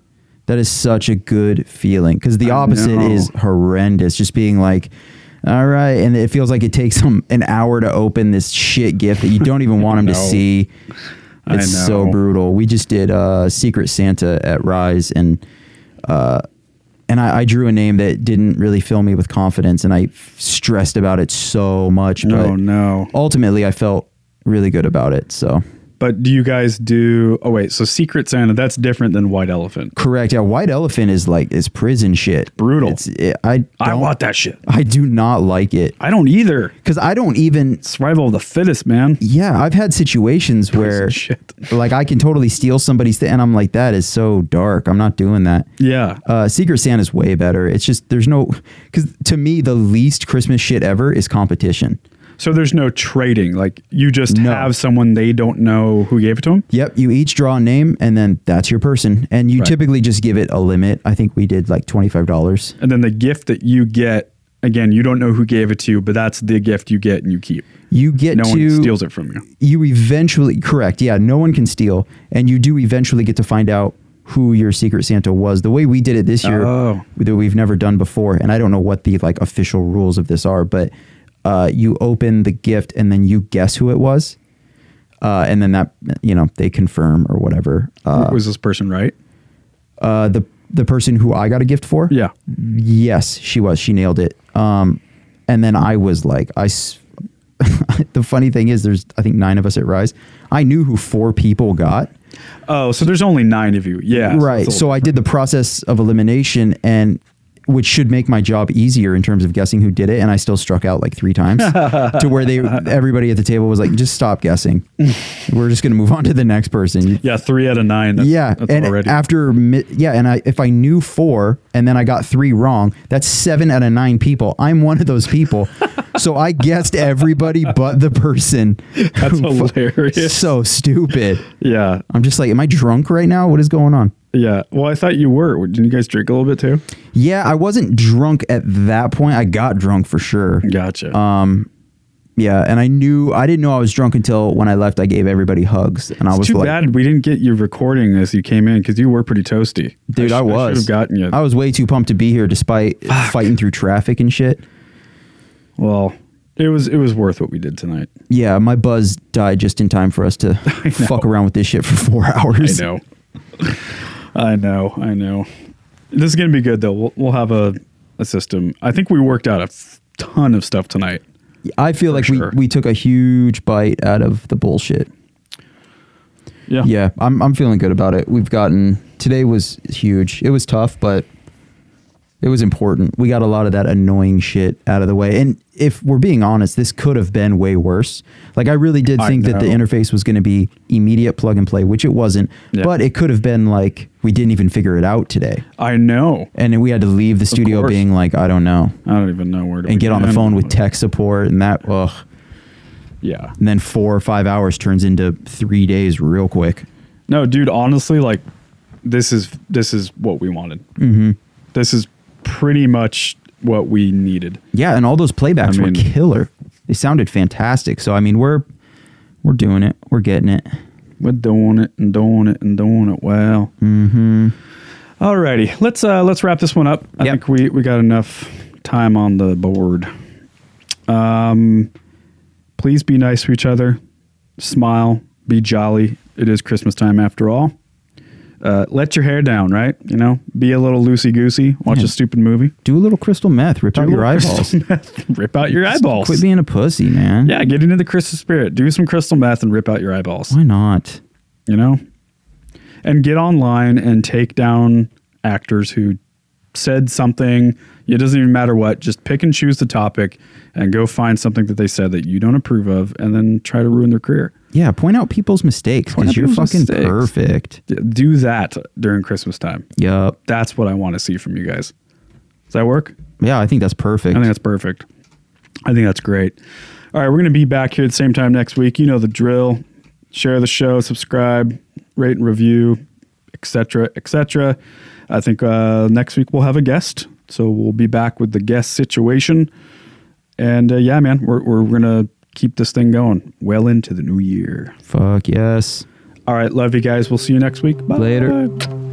Speaker 2: That is such a good feeling because the
Speaker 1: I
Speaker 2: opposite
Speaker 1: know.
Speaker 2: is horrendous. Just being like, all right, and it feels like it takes them an hour to open this shit gift that you don't
Speaker 1: *laughs*
Speaker 2: even want them to
Speaker 1: know.
Speaker 2: see.
Speaker 1: I
Speaker 2: It's so
Speaker 1: know.
Speaker 2: brutal. We just did uh, Secret Santa at Rise, and uh, and I, I drew a name that didn't really fill me with confidence, and I stressed about it so much.
Speaker 1: Oh
Speaker 2: but
Speaker 1: no!
Speaker 2: ultimately, I felt really good about it. So
Speaker 1: But do you guys do? Oh wait, so Secret Santa that's different than White Elephant.
Speaker 2: Correct. Yeah, White Elephant is like is prison shit.
Speaker 1: Brutal.
Speaker 2: It's, it, I don't,
Speaker 1: I want that shit.
Speaker 2: I do not like it
Speaker 1: I don't either.
Speaker 2: because I don't even.
Speaker 1: Survival of the fittest, man.
Speaker 2: Yeah, I've had situations where
Speaker 1: shit.
Speaker 2: like I can totally steal somebody's thing, and I'm like, that is so dark. I'm not doing that.
Speaker 1: Yeah,
Speaker 2: Uh, Secret Santa is way better. It's just there's no because to me the least Christmas shit ever is competition.
Speaker 1: So there's no trading. Like you just
Speaker 2: No.
Speaker 1: have someone they don't know who gave it to them.
Speaker 2: Yep, you each draw a name, and then that's your person, and you
Speaker 1: Right.
Speaker 2: typically just give it a limit. I think we did like twenty five dollars.
Speaker 1: And then the gift that you get, again, you don't know who gave it to you, but that's the gift you get and you keep.
Speaker 2: You get
Speaker 1: No
Speaker 2: to
Speaker 1: one steals it from you.
Speaker 2: you eventually correct yeah no one can steal and you do eventually get to find out who your secret santa was the way we did it this year
Speaker 1: Oh.
Speaker 2: that we've never done before and i don't know what the like official rules of this are but uh, you open the gift and then you guess who it was uh, and then that you know they confirm or whatever uh,
Speaker 1: Was this person right?
Speaker 2: uh, the the person who i got a gift for
Speaker 1: Yeah.
Speaker 2: Yes, she was. She nailed it. Um, and then I was like, I. s- *laughs* the funny thing is, there's I think nine of us at Rise. I knew who four people got.
Speaker 1: Oh, so there's only nine of you. Yeah.
Speaker 2: right. So I did the process of elimination, and which should make my job easier in terms of guessing who did it. And I still struck out like three times to where they everybody at the table was like, just stop guessing. We're just gonna move on to the next person.
Speaker 1: yeah, three out of nine. That's,
Speaker 2: Yeah,
Speaker 1: That's
Speaker 2: and
Speaker 1: already.
Speaker 2: after mi- yeah, and I if I knew four and then I got three wrong, that's seven out of nine people. I'm one of
Speaker 1: *laughs*
Speaker 2: those people, so I guessed everybody but the person.
Speaker 1: that's
Speaker 2: who fu-
Speaker 1: hilarious.
Speaker 2: So stupid.
Speaker 1: yeah.
Speaker 2: I'm just like, am I drunk right now? What is going on?
Speaker 1: Yeah. Well, I thought you were. Didn't you guys drink a little bit too?
Speaker 2: Yeah, I wasn't drunk at that point. I got drunk for sure.
Speaker 1: Gotcha.
Speaker 2: Uh, Yeah, and I knew I didn't know I was drunk until when I left. I gave everybody hugs, and I was
Speaker 1: Too
Speaker 2: like,
Speaker 1: bad we didn't get you recording as you came in because you were pretty toasty.
Speaker 2: Dude, I,
Speaker 1: sh-
Speaker 2: was.
Speaker 1: should have gotten you.
Speaker 2: I was way too pumped to be here, despite fighting through traffic and shit.
Speaker 1: well, it was it was worth what we did tonight.
Speaker 2: Yeah, my buzz died just in time for
Speaker 1: *laughs*
Speaker 2: us to fuck around with this shit for four *laughs*
Speaker 1: I
Speaker 2: hours.
Speaker 1: know. I know. I know. This is going to be good, though. We'll, we'll have a, a system. I think we worked out a f- ton of stuff tonight.
Speaker 2: I feel like
Speaker 1: sure.
Speaker 2: we, we took a huge bite out of the bullshit.
Speaker 1: Yeah.
Speaker 2: Yeah, I'm, I'm feeling good about it. We've gotten today was huge. It was tough, but it was important. We got a lot of that annoying shit out of the way. And if we're being honest, this could have been way worse. Like I really did
Speaker 1: I
Speaker 2: think that the
Speaker 1: know.
Speaker 2: interface was going to be immediate plug and play, which it wasn't.
Speaker 1: Yeah.
Speaker 2: But it could have been like we didn't even figure it out today.
Speaker 1: I know.
Speaker 2: and then we had to leave the studio
Speaker 1: course.
Speaker 2: being like, I don't know,
Speaker 1: I don't even know where to
Speaker 2: and get on the
Speaker 1: begin.
Speaker 2: phone with tech support and that. Ugh.
Speaker 1: Yeah.
Speaker 2: And then four or five hours turns into three days real quick.
Speaker 1: No, dude, honestly, like this is this is what we wanted. Mm-hmm. This is pretty much what we needed.
Speaker 2: Yeah, and all those playbacks
Speaker 1: I
Speaker 2: were
Speaker 1: mean-
Speaker 2: killer. They sounded fantastic. So I mean, we're we're doing it. We're getting it.
Speaker 1: We're doing it and doing it and doing it well. Mm-hmm. Alrighty, let's uh, let's wrap this one up. I
Speaker 2: Yep.
Speaker 1: think we we got enough time on the board. Um, please be nice to each other. Smile. Be jolly. It is Christmas time after all. uh, let your hair down, right? You know, be a little loosey goosey. Watch
Speaker 2: Yeah.
Speaker 1: a stupid movie.
Speaker 2: Do a little crystal meth. Rip out
Speaker 1: Do a
Speaker 2: your
Speaker 1: little
Speaker 2: eyeballs.
Speaker 1: crystal *laughs* meth, rip out your eyeballs.
Speaker 2: Quit being a pussy, man.
Speaker 1: yeah, get into the crystal spirit. Do some crystal meth and rip out your eyeballs.
Speaker 2: Why not?
Speaker 1: You know, and get online and take down actors who said something. It doesn't even matter what. Just pick and choose the topic and go find something that they said that you don't approve of, and then try to ruin their career.
Speaker 2: Yeah, point out people's mistakes
Speaker 1: Point
Speaker 2: because
Speaker 1: out
Speaker 2: you're
Speaker 1: people's
Speaker 2: fucking
Speaker 1: mistakes.
Speaker 2: perfect.
Speaker 1: D- Do that during Christmas time.
Speaker 2: Yup.
Speaker 1: That's what I want to see from you guys. Does that work?
Speaker 2: Yeah, I think that's perfect.
Speaker 1: I think that's perfect. I think that's great. All right, we're going to be back here at the same time next week. You know the drill. Share the show, subscribe, rate and review, etc., etc. I think uh, next week we'll have a guest, so we'll be back with the guest situation. And uh, yeah, man, we're we're gonna keep this thing going well into the new year.
Speaker 2: Fuck yes.
Speaker 1: All right, love you guys. We'll see you next week. Bye.
Speaker 2: Later.